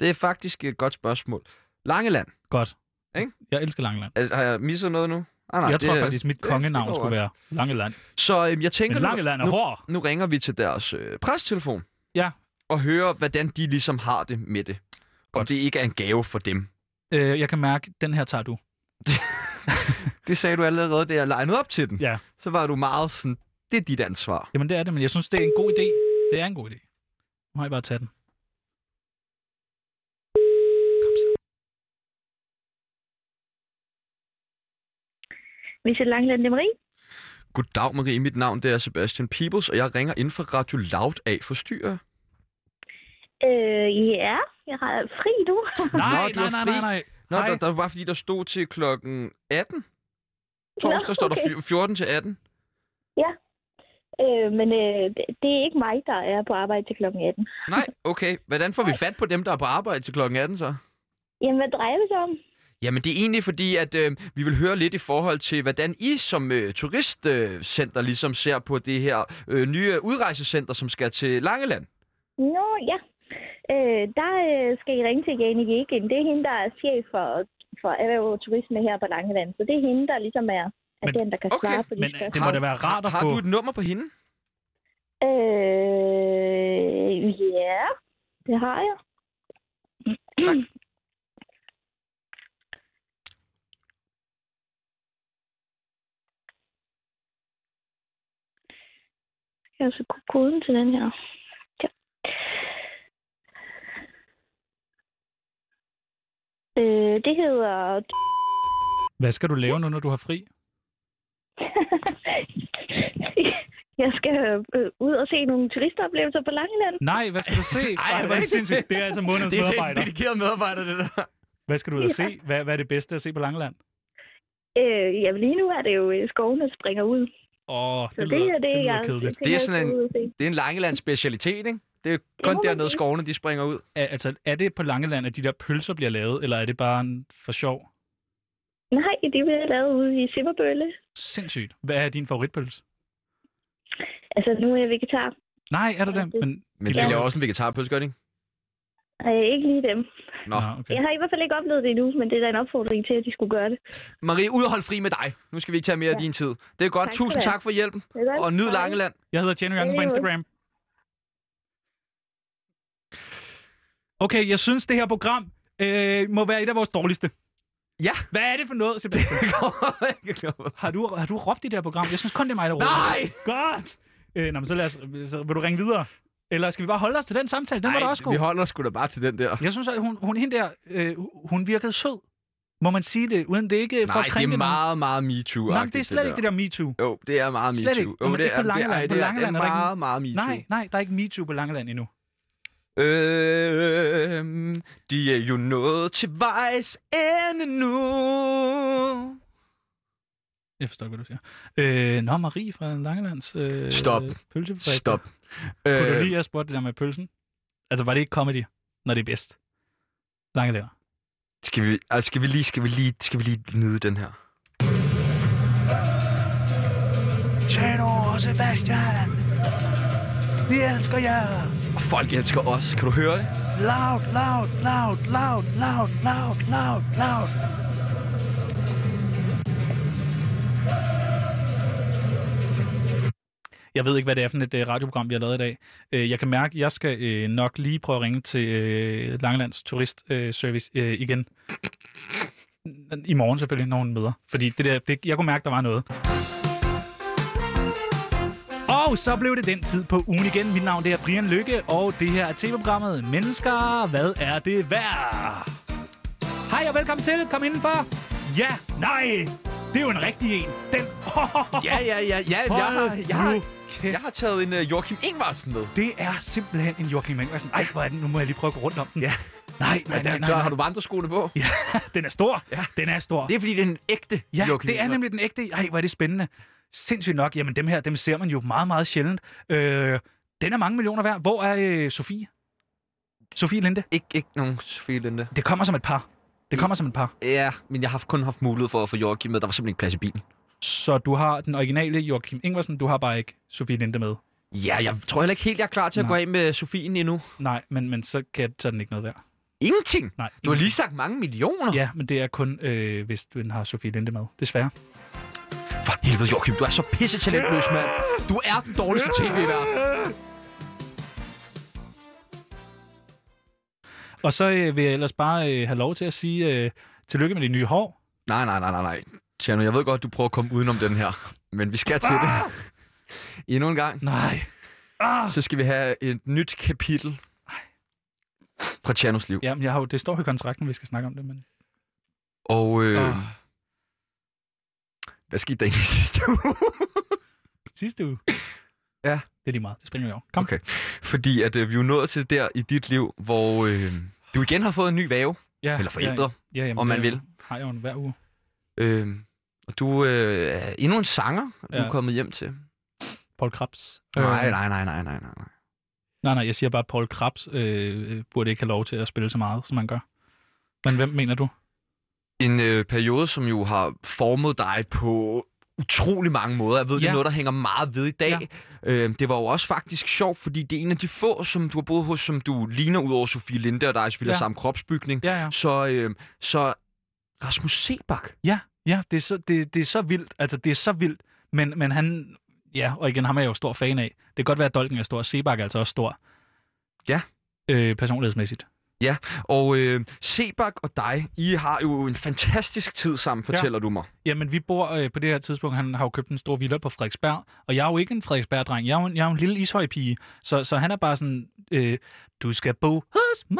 Speaker 3: Det er faktisk et godt spørgsmål. Langeland.
Speaker 2: Godt.
Speaker 3: Ikke?
Speaker 2: Jeg elsker Langeland.
Speaker 3: Er, har jeg misset noget nu? Ah,
Speaker 2: Nej, jeg
Speaker 3: det
Speaker 2: tror
Speaker 3: er-
Speaker 2: faktisk, mit
Speaker 3: det er
Speaker 2: kongenavn
Speaker 3: fint
Speaker 2: skulle være Langeland.
Speaker 3: Så øhm, jeg tænker,
Speaker 2: Men Langeland er
Speaker 3: nu,
Speaker 2: hård.
Speaker 3: nu ringer vi til deres øh, prestelefon
Speaker 2: Ja.
Speaker 3: og hører, hvordan de ligesom har det med det. Om
Speaker 2: Godt.
Speaker 3: det ikke er en gave for dem.
Speaker 2: Øh, jeg kan mærke, den her tager du.
Speaker 3: Det sagde du allerede, da jeg legnede op til den.
Speaker 2: Ja.
Speaker 3: Så var du meget sådan, det er dit ansvar.
Speaker 2: Jamen det er det, men jeg synes, det er en god idé. Det er en god idé. Nu har jeg bare taget den. Kom så.
Speaker 6: Visit Langland, det er Marie.
Speaker 3: Goddag Marie, mit navn det er Sebastian Peebles, og jeg ringer inden for Radio Loud af forstyrrer.
Speaker 6: Øh, ja, jeg har fri nu.
Speaker 2: Nej,
Speaker 3: du
Speaker 2: nej,
Speaker 3: er
Speaker 2: nej,
Speaker 3: fri.
Speaker 2: nej, nej.
Speaker 3: Nå,
Speaker 2: Hej.
Speaker 3: der, der var bare fordi, der stod til klokken 18. Torsdag står der
Speaker 6: okay.
Speaker 3: fj- 14 til 18.
Speaker 6: Øh, men øh, det- det er ikke mig, der er på arbejde til klokken 18.
Speaker 3: Nej, okay. Hvordan får vi fat på dem, der er på arbejde til klokken 18 så?
Speaker 6: Jamen, hvad drejer det sig om?
Speaker 3: Jamen, det er egentlig fordi, at øh, vi vil høre lidt i forhold til, hvordan I som øh, turistcenter øh, center ligesom ser på det her øh, nye udrejsecenter, som skal til Langeland.
Speaker 6: Nå, ja. Øh, der øh, skal I ringe til Jane Jegen. Det er hende, der er chef for, for erhverv og turisme her på Langeland. Så det er hende, der ligesom er, er
Speaker 2: Men-
Speaker 6: den, der kan
Speaker 3: okay,
Speaker 6: svare på de
Speaker 2: men er
Speaker 6: spørgsmål.
Speaker 2: Det må da være rart at
Speaker 3: har,
Speaker 2: få-
Speaker 3: Har du et nummer på hende?
Speaker 6: Øh, ja, det har jeg.
Speaker 3: Tak.
Speaker 6: Jeg skal kunne koden til den her. Ja. Øh, det hedder... (laughs)
Speaker 2: Hvad skal du lave nu, når du har fri?
Speaker 6: jeg skal øh, ud og se nogle turistoplevelser på Langeland.
Speaker 2: Nej, hvad skal du se? Ej, hvor er det sindssygt. Det er altså
Speaker 3: (laughs)
Speaker 2: månedens
Speaker 1: Det er sådan en
Speaker 2: medarbejder.
Speaker 1: dedikeret medarbejder, det der.
Speaker 2: Hvad skal du ud og se? Hvad, hvad er det bedste at se på Langeland?
Speaker 6: Øh, jamen lige nu er det jo øh, skovene springer ud.
Speaker 2: Åh, oh,
Speaker 6: Så
Speaker 2: det,
Speaker 6: det,
Speaker 2: lyder,
Speaker 6: er det,
Speaker 2: det lyder
Speaker 6: jeg
Speaker 2: kedeligt.
Speaker 6: tænker,
Speaker 3: Det er
Speaker 6: jeg
Speaker 3: sådan
Speaker 6: skal
Speaker 3: en-
Speaker 6: ud og se.
Speaker 3: Det er en Langeland specialitet, ikke? Det er
Speaker 6: må
Speaker 3: kun
Speaker 6: man
Speaker 3: dernede,
Speaker 6: sige.
Speaker 3: skovene de springer ud.
Speaker 2: Er, altså, er det på Langeland, at de der pølser bliver lavet, eller er det bare en for sjov?
Speaker 6: Nej, det bliver lavet ude i Simmerbølle.
Speaker 2: Sindssygt. Hvad er din favoritpølse?
Speaker 6: Altså, nu er jeg vegetar.
Speaker 2: Nej, er det
Speaker 6: Ja,
Speaker 2: den?
Speaker 6: det-
Speaker 2: Men
Speaker 3: Men de
Speaker 6: laver-
Speaker 3: laver også en vegetarpølse, gør de ikke?
Speaker 6: Øh, ikke lige dem.
Speaker 3: Nå.
Speaker 2: Nå, okay.
Speaker 6: Jeg har i hvert fald ikke oplevet det endnu, men det er da en opfordring til, at de skulle gøre det.
Speaker 3: Marie, udhold fri med dig. Nu skal vi ikke tage mere af din tid. Det er godt.
Speaker 6: Tak skal
Speaker 3: Tusind
Speaker 6: du have.
Speaker 3: tak for hjælpen.
Speaker 6: Det er godt.
Speaker 3: Og nyd
Speaker 6: Hej.
Speaker 3: Langeland.
Speaker 2: Jeg hedder Tjerno Jørgensen på
Speaker 6: Hey,
Speaker 2: Instagram. Okay, jeg synes, det her program øh, må være et af vores dårligste.
Speaker 3: Ja.
Speaker 2: Hvad er (laughs) det for noget, Sebastian?
Speaker 3: (laughs) Nej!
Speaker 2: har, du, har du råbt i det her program? Jeg synes kun, det er mig, der råber. Godt! Øh, nå, men så, lad os, så vil du ringe videre? Eller skal vi bare holde os til den samtale? Den var da også god.
Speaker 3: vi holder sgu da bare til den der.
Speaker 2: Jeg synes, at hun, hun hende der, øh, hun virkede sød. Må man sige det, uden det er ikke for
Speaker 3: Nej,
Speaker 2: at
Speaker 3: det
Speaker 2: krænke
Speaker 3: er
Speaker 2: nogen?
Speaker 3: meget, meget metoo
Speaker 2: Nej, men det er slet ikke det der MeToo.
Speaker 3: Jo, det er meget
Speaker 2: Slet
Speaker 3: MeToo.
Speaker 2: ikke.
Speaker 3: Jo,
Speaker 2: Men ikke på
Speaker 3: det
Speaker 2: Langeland.
Speaker 3: ej,
Speaker 2: På
Speaker 3: det er, det er
Speaker 2: Langeland er der
Speaker 3: meget, meget MeToo.
Speaker 2: Nej, nej, der er ikke MeToo på Langeland endnu.
Speaker 3: Øh, de er jo nået til vejs ende nu.
Speaker 2: Jeg forstår ikke, hvad du siger. Øh, nå, Marie fra Langelands øh,
Speaker 3: Stop.
Speaker 2: pølsefabrik.
Speaker 3: Stop.
Speaker 2: Kunne du
Speaker 3: Øh,
Speaker 2: lige have spurgt det der med pølsen? Altså, var det ikke comedy, når det er bedst? Langeland.
Speaker 3: skal, vi, altså, skal, vi lige, skal, vi lige, skal vi lige nyde den her?
Speaker 10: Tjano og Sebastian. Vi elsker jer.
Speaker 3: Og folk elsker os. Kan du høre det?
Speaker 10: Loud, loud, loud, loud, loud, loud, loud, loud.
Speaker 2: Jeg ved ikke, hvad det er for et øh, radioprogram, vi har lavet i dag. Øh, jeg kan mærke, at jeg skal øh, nok lige prøve at ringe til øh, Langelands turistservice øh, service, øh, igen. I morgen selvfølgelig, når hun møder. Fordi det der, det, jeg kunne mærke, der var noget. Og så blev det den tid på ugen igen. Mit navn det er Brian Lykke, og det her er tv-programmet Mennesker, hvad er det værd? Hej og velkommen til. Kom indenfor. Ja, nej. Det er jo en rigtig en. Den. (laughs)
Speaker 3: Ja, ja, ja. ja jeg, har, jeg,
Speaker 2: nu
Speaker 3: har,
Speaker 2: kæft.
Speaker 3: jeg har taget en uh, Joachim Ingvartsen med.
Speaker 2: Det er simpelthen en Joachim Ingvarsen. Ej, hvor er den? Nu må jeg lige prøve at gå rundt om den.
Speaker 3: Ja.
Speaker 2: Nej, nej, nej, nej,
Speaker 3: Så
Speaker 2: nej.
Speaker 3: har du vandreskoene på.
Speaker 2: Den er stor. Ja. Den er stor.
Speaker 3: Det er, fordi det er en ægte
Speaker 2: ja,
Speaker 3: Joachim
Speaker 2: det er
Speaker 3: Ingvartsen.
Speaker 2: nemlig den ægte. Ej, hvor er det spændende. Sindssygt nok. Jamen, dem her, dem ser man jo meget, meget sjældent. Øh, den er mange millioner værd. Hvor er øh, Sofie? Sofie Linde.
Speaker 3: Ikke, ikke nogen Sofie Linde.
Speaker 2: Det kommer som et par. Det kommer som et par.
Speaker 3: Ja, men jeg har haft- kun haft mulighed for at få Joachim med. Der var simpelthen ikke plads i bilen.
Speaker 2: Så du har den originale Joachim Ingvarsen, du har bare ikke Sofie Linde med.
Speaker 3: Ja, jeg tror heller ikke helt, jeg er klar til at
Speaker 2: Nej.
Speaker 3: gå af med Sofien endnu.
Speaker 2: Nej, men, men så kan så er den ikke noget værd.
Speaker 3: Ingenting.
Speaker 2: Nej,
Speaker 3: Du har lige sagt mange millioner.
Speaker 2: Ja, men det er kun, øh, hvis du har Sofie Linde med. Desværre.
Speaker 3: For helvede, Joachim, du er så pisse talentløs, mand. Du er den dårligste tv-vært.
Speaker 2: Og så øh, vil jeg ellers bare øh, have lov til at sige øh, tillykke med de nye hår.
Speaker 3: Nej, nej, nej, nej, nej. Tjerno, jeg ved godt, du prøver at komme udenom den her. Men vi skal til det. (laughs) Endnu en gang.
Speaker 2: Nej.
Speaker 3: Så skal vi have et nyt kapitel fra Tjernos liv.
Speaker 2: Jamen, jeg har jo, det står jo i kontrakten, vi skal snakke om det, men...
Speaker 3: Og øh,
Speaker 2: Øh.
Speaker 3: hvad skete der egentlig sidste uge? (laughs)
Speaker 2: Sidste uge.
Speaker 3: Ja.
Speaker 2: Det er lige meget. Det springer vi over. Kom.
Speaker 3: Okay. Fordi at, øh, vi er jo nået til der i dit liv, hvor øh, du igen har fået en ny væve.
Speaker 2: Ja,
Speaker 3: Eller forældre,
Speaker 2: ja, ja, jamen,
Speaker 3: om man
Speaker 2: det er
Speaker 3: vil.
Speaker 2: jo- Har jeg jo en hver uge.
Speaker 3: Øh, og du øh, er endnu en sanger, du
Speaker 2: Ja.
Speaker 3: er kommet hjem til.
Speaker 2: Paul Krabs.
Speaker 3: Nej, nej, nej, nej, nej, nej. nej.
Speaker 2: Øh, Nej, nej, jeg siger bare, at Paul Krabs øh, øh, burde ikke have lov til at spille så meget, som han gør. Men hvem mener du?
Speaker 3: En øh, periode, som jo har formet dig på utrolig mange måder. Jeg ved, det
Speaker 2: Ja.
Speaker 3: er noget, der hænger meget ved i dag. Ja. Øh, det var jo også faktisk sjovt, fordi det er en af de få, som du har boet hos, som du ligner ud over Sofie Linde og dig, selvfølgelig
Speaker 2: Ja.
Speaker 3: ja. samme kropsbygning.
Speaker 2: Ja, ja.
Speaker 3: Så, øh, så Rasmus Sebak.
Speaker 2: Ja, ja det, er så, det, det er så vildt. Altså, det er så vildt. Men, men han... Ja, og igen, ham er jeg jo stor fan af. Det kan godt være, at Dolken er stor, og Sebak er altså også stor.
Speaker 3: Ja.
Speaker 2: Øh, personlighedsmæssigt.
Speaker 3: Og øh, Sebak og dig, I har jo en fantastisk tid sammen, fortæller ja. du mig.
Speaker 2: Jamen, vi bor øh, på det her tidspunkt, han har jo købt en stor villa på Frederiksberg, og jeg er jo ikke en Frederiksberg-dreng, jeg er jo en, jeg er jo en lille ishøjpige, så, så han er bare sådan, øh, du skal bo hos mig.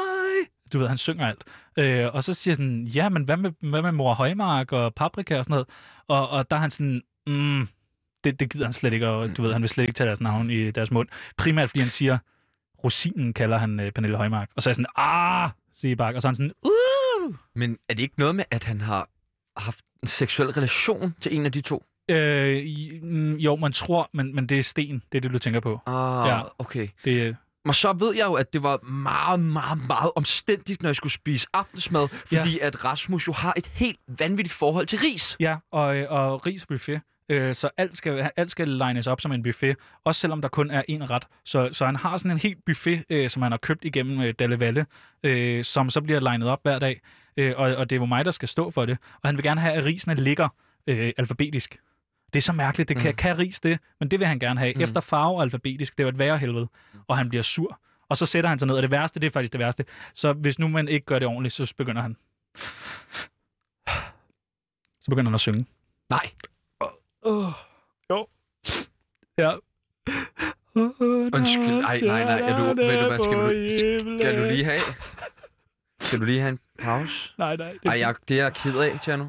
Speaker 2: Du ved, han synger alt. Øh, og så siger jeg sådan, ja, men hvad med, hvad med mor Højmark og paprika og sådan noget? Og, og der er han sådan, mm, det, det gider han slet ikke, og du ved, han vil slet ikke tage deres navn i deres mund. Primært, fordi han siger, rosinen kalder han øh, Pernille Højmark. Og så er jeg sådan, ah, Sebak. Og så er han sådan, uh!
Speaker 3: Men er det ikke noget med, at han har haft en seksuel relation til en af de to?
Speaker 2: Øh, i- mm, jo, man tror, men, men det er sten. Det er det, du tænker på.
Speaker 3: Ah,
Speaker 2: Ja.
Speaker 3: ja. okay.
Speaker 2: Det, er-
Speaker 3: Og så ved jeg jo, at det var meget, meget, meget omstændigt, når jeg skulle spise aftensmad, fordi ja. at Rasmus jo har et helt vanvittigt forhold til ris.
Speaker 2: ja, og, øh, og ris og buffet Øh, så alt skal, alt skal lines op som en buffet, også selvom der kun er én ret. Så, så han har sådan en helt buffet, øh, som han har købt igennem øh, Dalle Valle, øh, som så bliver linet op hver dag. Øh, og, og det er jo mig, der skal stå for det. Og han vil gerne have, at risene ligger øh, alfabetisk. Det er så mærkeligt. Det kan,
Speaker 3: Mhm.
Speaker 2: mm. kan ris det, men det vil han gerne have. Mm. Efter farve og alfabetisk, det var et værre helvede. Og han bliver sur. Og så sætter han sig ned, og det værste, det er faktisk det værste. Så hvis nu man ikke gør det ordentligt, så begynder han... Så begynder han at synge.
Speaker 3: Nej.
Speaker 2: Uh, jo. Ja.
Speaker 3: Undskyld. Nej, nej, nej. Er du, ved du hvad, skal du, skal du lige have? Skal du lige have en pause?
Speaker 2: Nej, nej. Det,
Speaker 3: Ej, jeg, det er jeg ked af, Tjerno.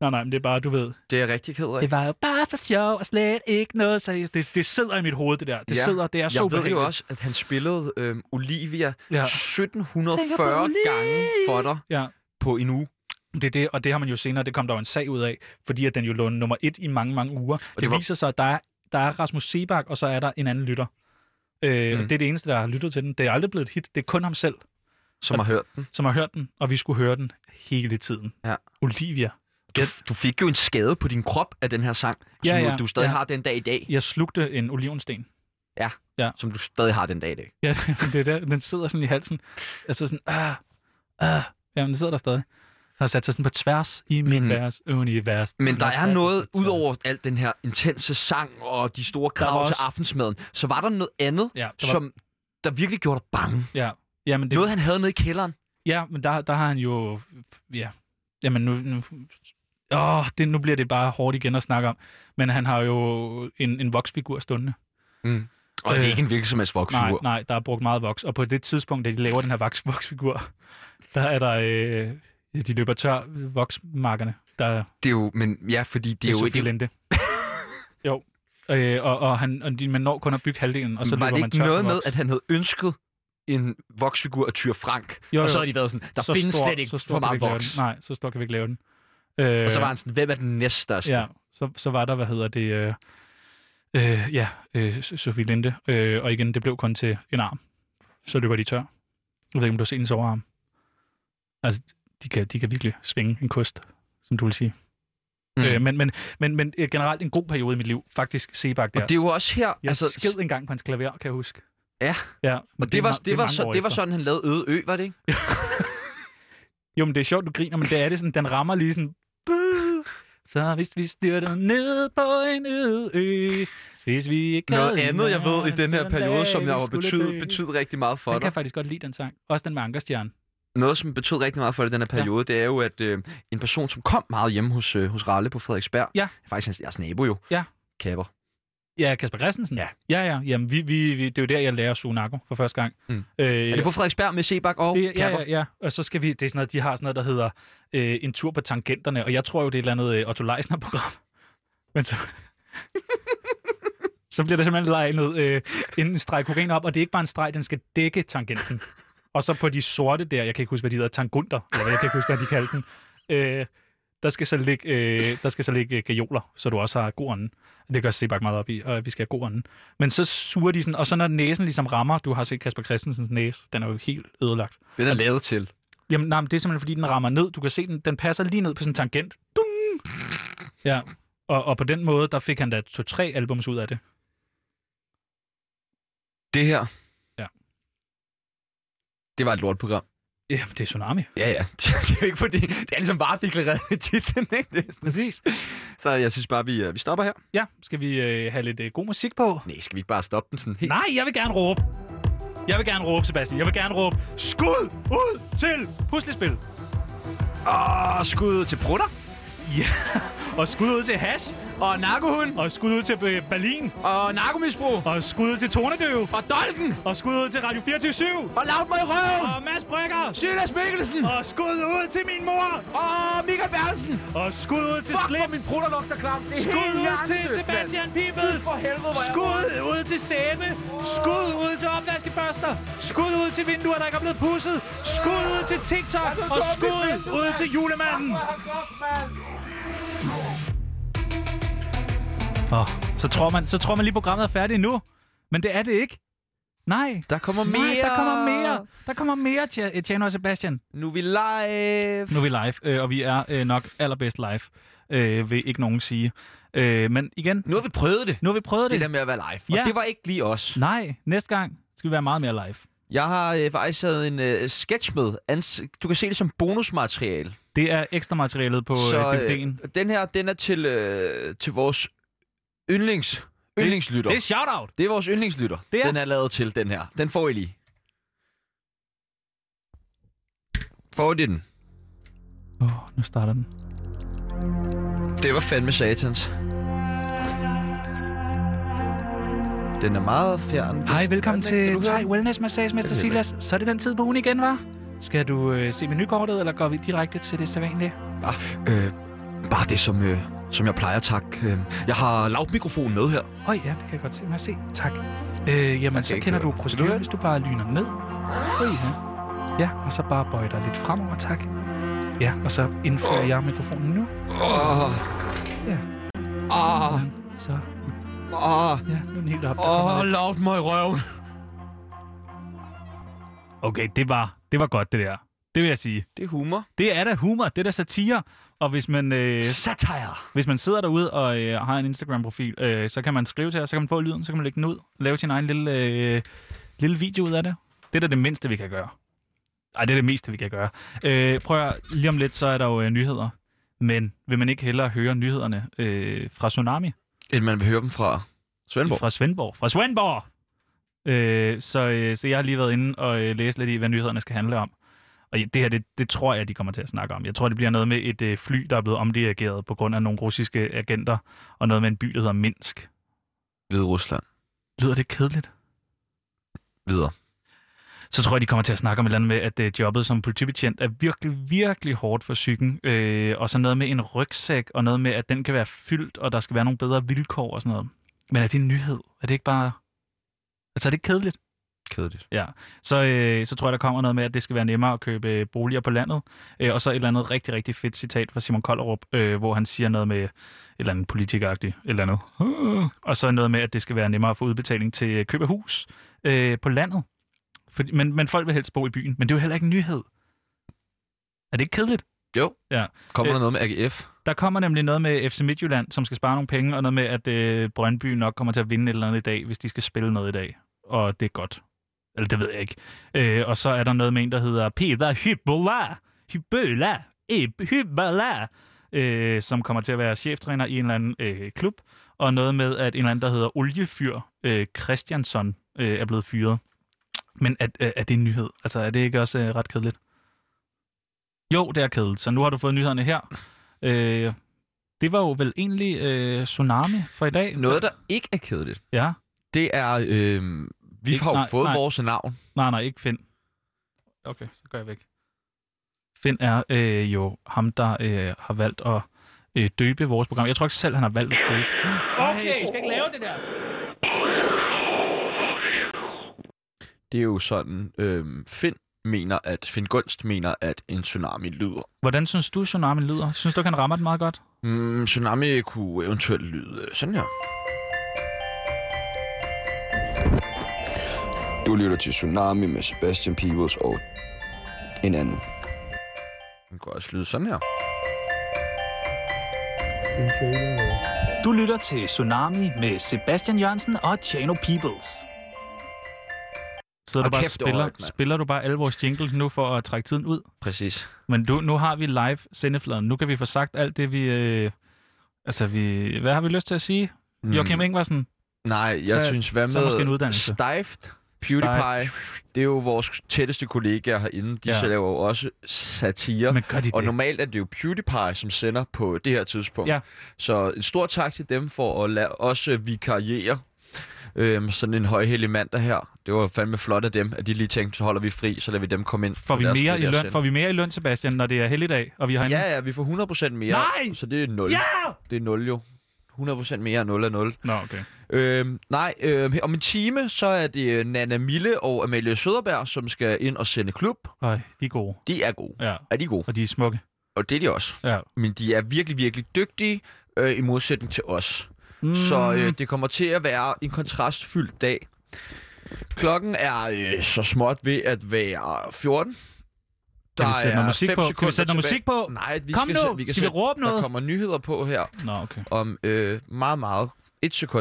Speaker 2: Nej, nej, men det er bare, du ved.
Speaker 3: Det er jeg rigtig ked af.
Speaker 2: Det var jo bare for sjov og slet ikke noget seriøst. Det, det sidder i mit hoved, det der. Det
Speaker 3: Ja.
Speaker 2: sidder, det er så
Speaker 3: Jeg ved jo
Speaker 2: ubehageligt.
Speaker 3: også, at han spillede øhm, Olivia
Speaker 2: Ja.
Speaker 3: 1740 gange for dig
Speaker 2: Ja.
Speaker 3: på en uge.
Speaker 2: Det er det, og det har man jo senere, det kom der jo en sag ud af, fordi at den jo lå nummer et i mange, mange uger. det, det
Speaker 3: var-
Speaker 2: viser sig, at der er, der er Rasmus Sebak, og så er der en anden lytter. Øh,
Speaker 3: Mm.
Speaker 2: Det er det eneste, der har lyttet til den. Det er aldrig blevet et hit. Det er kun ham selv,
Speaker 3: som har hørt den.
Speaker 2: som har hørt den, og vi skulle høre den hele tiden.
Speaker 3: Ja.
Speaker 2: Olivia.
Speaker 3: Du, du fik jo en skade på din krop af den her sang,
Speaker 2: Ja,
Speaker 3: som
Speaker 2: ja,
Speaker 3: ja, du stadig
Speaker 2: ja.
Speaker 3: ja. har den dag i dag.
Speaker 2: Jeg slugte en olivensten.
Speaker 3: Som du stadig har den dag i dag.
Speaker 2: (laughs) Ja, det er der. Den sidder sådan i halsen. Altså sådan, ah, ah. Ja, men den sidder der stadig. Den har sat sig sådan på tværs i mit
Speaker 3: Men-
Speaker 2: vers, univers.
Speaker 3: Mhm. Men
Speaker 2: Den
Speaker 3: der
Speaker 2: har sat
Speaker 3: er
Speaker 2: sig
Speaker 3: noget,
Speaker 2: på tværs.
Speaker 3: udover alt den her intense sang og de store
Speaker 2: Der var
Speaker 3: krav til
Speaker 2: også-
Speaker 3: aftensmaden, så var der noget andet,
Speaker 2: Ja, der var,
Speaker 3: som der virkelig gjorde dig bange.
Speaker 2: ja. ja, men det,
Speaker 3: Noget, han havde nede i kælderen.
Speaker 2: Ja, men der, der har han jo... Ja. Jamen, nu... nu åh, det, nu bliver det bare hårdt igen at snakke om. Men han har jo en, en voksfigur stående.
Speaker 3: Og det er ikke en virkelig som helst
Speaker 2: Øh, Nej,
Speaker 3: voksfigur.
Speaker 2: nej, der er brugt meget voks. Og på det tidspunkt, da de laver den her voks, voksfigur, (laughs) der er der... Øh, ja, de løber tør voksmarkerne. Der er
Speaker 3: Det er jo, men ja, fordi det,
Speaker 2: det
Speaker 3: er jo...
Speaker 2: Sofie
Speaker 3: Det,
Speaker 2: Linde. (laughs) jo. Øh, og, og, han, og de, man når kun at bygge halvdelen, og så
Speaker 3: var
Speaker 2: løber
Speaker 3: det
Speaker 2: man tør
Speaker 3: ikke noget
Speaker 2: for
Speaker 3: med,
Speaker 2: voks.
Speaker 3: at han havde ønsket en voksfigur af Tyr Frank?
Speaker 2: Jo,
Speaker 3: Og så
Speaker 2: jo.
Speaker 3: har de været sådan, der
Speaker 2: Så
Speaker 3: findes
Speaker 2: stor-
Speaker 3: slet ikke
Speaker 2: så stor kan vi
Speaker 3: for meget
Speaker 2: ikke lave
Speaker 3: voks.
Speaker 2: Den. Nej, så stor kan vi ikke lave den. Øh,
Speaker 3: Og så var han sådan, hvem er den næststørste?
Speaker 2: Ja, så, så var der, hvad hedder det, øh, øh, ja, øh, S- Sofie Linde. Øh, og igen, det blev kun til en arm. Så løber de tør. Jeg ved ikke, om du har set hendes overarm. Altså, de kan, de kan virkelig svinge en kost, som du vil sige. Mm.
Speaker 3: Mm.
Speaker 2: Øh, men, men, men, men øh, generelt en god periode i mit liv. Faktisk Sebak der.
Speaker 3: Og det er jo også her...
Speaker 2: jeg altså, sked engang på hans klaver, kan jeg huske.
Speaker 3: Ja.
Speaker 2: ja men
Speaker 3: Og det,
Speaker 2: er
Speaker 3: var,
Speaker 2: ma-
Speaker 3: det, var,
Speaker 2: mange
Speaker 3: så,
Speaker 2: år
Speaker 3: det var
Speaker 2: efter.
Speaker 3: sådan, han lavede Øde Ø, var det ikke?
Speaker 2: Jo, men det er sjovt, du griner, men det er det sådan, den rammer lige sådan... Buh, så hvis vi styrter ned på en øde ø, hvis vi ikke
Speaker 3: Noget
Speaker 2: havde
Speaker 3: andet, jeg ved, i
Speaker 2: hinanden
Speaker 3: den her
Speaker 2: til
Speaker 3: periode,
Speaker 2: dag,
Speaker 3: som
Speaker 2: vi
Speaker 3: jeg har
Speaker 2: skulle dø.
Speaker 3: betydet, betydet rigtig meget for
Speaker 2: Den kan
Speaker 3: dig.
Speaker 2: jeg faktisk godt lide, den sang. Også den med Ankerstjernen.
Speaker 3: Noget, som betød rigtig meget for dig i den her
Speaker 2: Ja.
Speaker 3: periode, det er jo, at øh, en person, som kom meget hjemme hos, øh, hos Ralle på Frederiksberg,
Speaker 2: Ja.
Speaker 3: faktisk hans, jeres nabo jo,
Speaker 2: Ja.
Speaker 3: Kapper.
Speaker 2: Ja, Kasper Christensen.
Speaker 3: Ja.
Speaker 2: ja, ja. Jamen, vi, vi, vi, det er jo der, jeg lærer at suge narko for første gang.
Speaker 3: Mm.
Speaker 2: Øh,
Speaker 3: Er det på Frederiksberg med Sebak og
Speaker 2: det, ja,
Speaker 3: Kapper?
Speaker 2: ja, ja, og så skal vi, det er sådan noget, de har sådan noget, der hedder øh, en tur på tangenterne, og jeg tror jo, det er et eller andet øh, Otto Leisner-program. (laughs) Men så, (laughs) så bliver der simpelthen legnet øh, en streg kokain op, og det er ikke bare en streg, den skal dække tangenten. Og så på de sorte der, jeg kan ikke huske, hvad de hedder, tangunter, eller hvad jeg kan ikke huske, hvad de kaldte den, øh, der skal så ligge, øh, der skal så ligge øh, gajoler, så du også har god ånden. Det gør Sebak meget op i, og vi skal have god ånden. Men så suger de sådan, og så når næsen ligesom rammer, du har set Kasper Christensens næse, den er jo helt ødelagt.
Speaker 3: Den er lavet til.
Speaker 2: Jamen, nej, men det er simpelthen, fordi den rammer ned. Du kan se, den, den passer lige ned på sådan en tangent. Dung! Ja, og, og på den måde, der fik han da to-tre albums ud af det.
Speaker 3: Det her.
Speaker 2: Ja.
Speaker 3: Det var et lortprogram.
Speaker 2: Jamen, det er Tsunami.
Speaker 3: Ja, (laughs) ja. Det er jo ikke fordi... Det er ligesom bare deklareret i titlen, ikke? Det er sådan-
Speaker 2: Præcis.
Speaker 3: Så jeg synes bare, vi, øh, vi stopper her.
Speaker 2: Ja, skal vi øh, have lidt øh, god musik på?
Speaker 3: Nej, skal vi ikke bare stoppe den sådan helt?
Speaker 2: Nej, jeg vil gerne råbe. Jeg vil gerne råbe, Sebastian. Jeg vil gerne råbe, skud ud til puslespil.
Speaker 3: Åh, skud til prutter.
Speaker 2: Ja, og skud ud til hash.
Speaker 3: Og narkohund.
Speaker 2: Og skud ud til øh, Berlin.
Speaker 3: Og narkomisbrug.
Speaker 2: Og skud ud til Tornedøve.
Speaker 3: Og dolken.
Speaker 2: Og skud ud til Radio 24
Speaker 3: Og lav mig i røven.
Speaker 2: Og Mads Brygger.
Speaker 3: Silas Mikkelsen.
Speaker 2: Og skud ud til min mor.
Speaker 3: Og Michael Berlsen.
Speaker 2: Og skud ud til
Speaker 3: Fuck, hvor
Speaker 2: Slims.
Speaker 3: min prutter lugter klam. Det er
Speaker 2: Skud
Speaker 3: helt
Speaker 2: ud til
Speaker 3: hjernedødt, mand.
Speaker 2: Sebastian Pibels.
Speaker 3: For helvede, hvor er jeg
Speaker 2: Skud ud til sæbe. Skud ud til opvaskebørster. Skud ud til vinduer, der ikke er blevet pusset. Skud ud til TikTok.
Speaker 3: nødt til
Speaker 2: Og
Speaker 3: at åbne
Speaker 2: skud
Speaker 3: mit vindue,
Speaker 2: ud
Speaker 3: mand.
Speaker 2: til julemanden.
Speaker 11: Åh, så, tror man, så tror man lige, programmet er færdigt nu. Men det er det ikke. Nej.
Speaker 3: Der kommer mere.
Speaker 11: Nej, der kommer mere. Der kommer mere, Tja- eh, Tjano og Sebastian.
Speaker 3: Nu er vi live.
Speaker 11: Nu er vi live, øh, og vi er øh, nok allerbedst live, øh, vil ikke nogen sige.
Speaker 2: Øh, men igen,
Speaker 3: Nu har vi prøvet det,
Speaker 2: nu har vi prøvet det.
Speaker 3: det der med at være live.
Speaker 2: Ja.
Speaker 3: Og det var ikke lige os.
Speaker 2: Nej, næste gang skal vi være meget mere live.
Speaker 3: Jeg har øh, faktisk taget en øh, sketch med. Ans- du kan se det som bonusmateriale.
Speaker 2: Det er ekstra materialet på så,
Speaker 3: Så øh,
Speaker 2: DVD'en.
Speaker 3: den her, den er til, øh, til vores yndlings, yndlingslytter.
Speaker 2: Det er shout-out!
Speaker 3: Det er vores yndlingslytter.
Speaker 2: Det er-
Speaker 3: Den er lavet til, den her. Den får I lige. Får I den?
Speaker 2: Åh, oh, nu starter den.
Speaker 3: Det var fandme satans. Den er meget fjern.
Speaker 2: Hej, velkommen
Speaker 3: Kan
Speaker 2: til
Speaker 3: du høre
Speaker 2: Thai
Speaker 3: den?
Speaker 2: Wellness Massage, Mester
Speaker 3: Jeg kan høre
Speaker 2: Silas. Så er det den tid på ugen igen, var? Skal du øh, se menukortet, eller går vi direkte til det sædvanlige?
Speaker 3: Øh, bare det, som, øh, som jeg plejer, tak. Øh, jeg har lavt mikrofon med her.
Speaker 2: Åh oh, ja, det kan jeg godt se. Må jeg se? Tak. Øh, jamen, så
Speaker 3: ikke
Speaker 2: kender du
Speaker 3: høre det. Kan du høre
Speaker 2: proceduren,
Speaker 3: det?
Speaker 2: hvis du bare lyner ned. Ja. ja, og så bare bøjer dig lidt fremover, tak. Ja, og så indfører jeg mikrofonen nu.
Speaker 3: Åh.
Speaker 2: Ja.
Speaker 3: Åh,
Speaker 2: Så,
Speaker 3: åh,
Speaker 2: ja, nu er den helt op.
Speaker 3: åh, lavt mig i røven.
Speaker 2: Okay, det var, det var godt, det der. Det vil jeg sige.
Speaker 3: Det er humor.
Speaker 2: Det er da humor, det er da satire. Og hvis man, øh,
Speaker 3: Satire.
Speaker 2: hvis man sidder derude og øh, har en Instagram-profil, øh, så kan man skrive til os, så kan man få lyden, så kan man lægge den ud og lave sin egen lille, øh, lille video ud af det. Det er da det mindste, vi kan gøre. Ej, det er det meste, vi kan gøre. Øh, prøv at, høre, lige om lidt, så er der jo øh, nyheder. Men vil man ikke hellere høre nyhederne øh, fra Tsunami?
Speaker 3: End man vil høre dem fra Svendborg.
Speaker 2: Fra Svendborg. Fra Svendborg! Øh, så, øh, så jeg har lige været inde og øh, læse lidt i, hvad nyhederne skal handle om. Og ja, det her, det, det tror jeg, de kommer til at snakke om. Jeg tror, det bliver noget med et øh, fly, der er blevet omdirigeret på grund af nogle russiske agenter, og noget med en by, der hedder Minsk.
Speaker 3: Ved Rusland.
Speaker 2: Lyder det kedeligt?
Speaker 3: Videre.
Speaker 2: Så tror jeg, de kommer til at snakke om et eller andet med, at øh, jobbet som politibetjent er virkelig, virkelig hårdt for psyken. Øh, og så noget med en rygsæk, og noget med, at den kan være fyldt, og der skal være nogle bedre vilkår og sådan noget. Men er det en nyhed? Er det ikke bare... Altså, er det ikke kedeligt?
Speaker 3: Kedeligt.
Speaker 2: så, øh, så tror jeg, der kommer noget med, at det skal være nemmere at købe øh, boliger på landet. Øh, og så et eller andet rigtig, rigtig fedt citat fra Simon Kollerup, øh, hvor han siger noget med et eller andet politikeragtigt, et eller andet. (gasps) Og så noget med, at det skal være nemmere at få udbetaling til øh, køb af hus øh, på landet. Fordi, men, men folk vil helst bo i byen, men det er jo heller ikke en nyhed. Er det ikke kedeligt?
Speaker 3: Kommer
Speaker 2: Øh.
Speaker 3: der noget med AGF?
Speaker 2: Der kommer nemlig noget med FC Midtjylland, som skal spare nogle penge, og noget med, at øh, Brøndby nok kommer til at vinde et eller andet i dag, hvis de skal spille noget i dag. Og det er godt. Eller det ved jeg ikke. Øh, og så er der noget med en, der hedder Peter Hybola. Hybola. Hybola. Øh, som kommer til at være cheftræner i en eller anden øh, klub. Og noget med, at en eller anden, der hedder Oliefyr øh, Christiansson, øh, er blevet fyret. Men er, er, er det en nyhed? Altså, er det ikke også øh, ret kedeligt? Jo, det er kedeligt. Så nu har du fået nyhederne her. Øh, det var jo vel egentlig øh, Tsunami for i dag.
Speaker 3: Noget, der ikke er kedeligt,
Speaker 2: Ja.
Speaker 3: det er... Øh, vi
Speaker 2: Ikke-
Speaker 3: har jo
Speaker 2: nej,
Speaker 3: fået
Speaker 2: nej.
Speaker 3: vores navn.
Speaker 2: Nej, nej, ikke Finn. Okay, så går jeg væk. Finn er øh, jo ham, der øh, har valgt at øh, døbe vores program. Jeg tror ikke selv, han har valgt at døbe. Okay, skal ikke lave det der.
Speaker 3: Det er jo sådan, øh, Finn mener, at Finn Gunst mener, at en tsunami lyder.
Speaker 2: Hvordan synes du, Tsunami lyder? Synes du, ikke, han rammer den meget godt?
Speaker 3: Mm, tsunami kunne eventuelt lyde øh, sådan her.
Speaker 12: Du lytter til Tsunami med Sebastian Peebles og en anden.
Speaker 3: Den kunne også lyde sådan her.
Speaker 13: Du lytter til Tsunami med Sebastian Jørgensen og Tjano Peoples.
Speaker 2: Sidder
Speaker 3: Og
Speaker 2: du bare og
Speaker 3: kæft, det var
Speaker 2: spiller,
Speaker 3: højt, mand.
Speaker 2: spiller du bare alle vores jingles nu for at trække tiden ud?
Speaker 3: Præcis.
Speaker 2: Men du, nu har vi live sendefladen. Nu kan vi få sagt alt det, vi... Øh, altså, vi, hvad har vi lyst til at sige? Mm. Joachim Ingvarsen,
Speaker 3: Nej, jeg
Speaker 2: Så-
Speaker 3: synes, hvad med
Speaker 2: så måske en uddannelse.
Speaker 3: Stift, PewDiePie, det er jo vores tætteste kollegaer herinde. De
Speaker 2: Ja.
Speaker 3: ja. laver jo også satire.
Speaker 2: men gør de
Speaker 3: Og
Speaker 2: det?
Speaker 3: normalt er det jo PewDiePie, som sender på det her tidspunkt.
Speaker 2: Ja.
Speaker 3: Så en stor tak til dem for at lade os øh, vikariere. Øhm, sådan en højhelig mandag her. Det var fandme flot af dem, at de lige tænkte, så holder vi fri, så lader vi dem komme ind.
Speaker 2: Får
Speaker 3: på
Speaker 2: vi,
Speaker 3: deres
Speaker 2: mere i
Speaker 3: fridag og
Speaker 2: løn,
Speaker 3: sende.
Speaker 2: får vi mere i løn, Sebastian, når det er helligdag, og vi har en...
Speaker 3: Ja, ja, vi får 100% mere.
Speaker 2: Nej!
Speaker 3: Så det er 0. Ja! Det er 0 jo. 100% mere 0 er 0.
Speaker 2: Nå, okay.
Speaker 3: Øhm, nej, øhm, om en time, så er det øh, Nana Mille og Amalie Søderberg, som skal ind og sende klub.
Speaker 2: Øj, de er gode.
Speaker 3: De er gode.
Speaker 2: Ja,
Speaker 3: Er de gode?
Speaker 2: og de er smukke.
Speaker 3: Og det er de også.
Speaker 2: Ja.
Speaker 3: Men de er virkelig, virkelig dygtige, øh, i modsætning til os.
Speaker 2: Mm.
Speaker 3: Mm. Så øh, det kommer til at være en kontrastfyldt dag. Klokken er øh, så småt ved at være 14.
Speaker 2: Kan vi sætte noget musik
Speaker 3: fem
Speaker 2: på? Kan vi
Speaker 3: sekunder
Speaker 2: sætte noget musik
Speaker 3: tilbage.
Speaker 2: på?
Speaker 3: Nej, vi
Speaker 2: Kom
Speaker 3: skal,
Speaker 2: nu,
Speaker 3: se- vi kan
Speaker 2: skal vi
Speaker 3: se-
Speaker 2: råbe noget?
Speaker 3: Der kommer nyheder på her
Speaker 2: Nå, okay.
Speaker 3: om øh, meget, meget et sekund.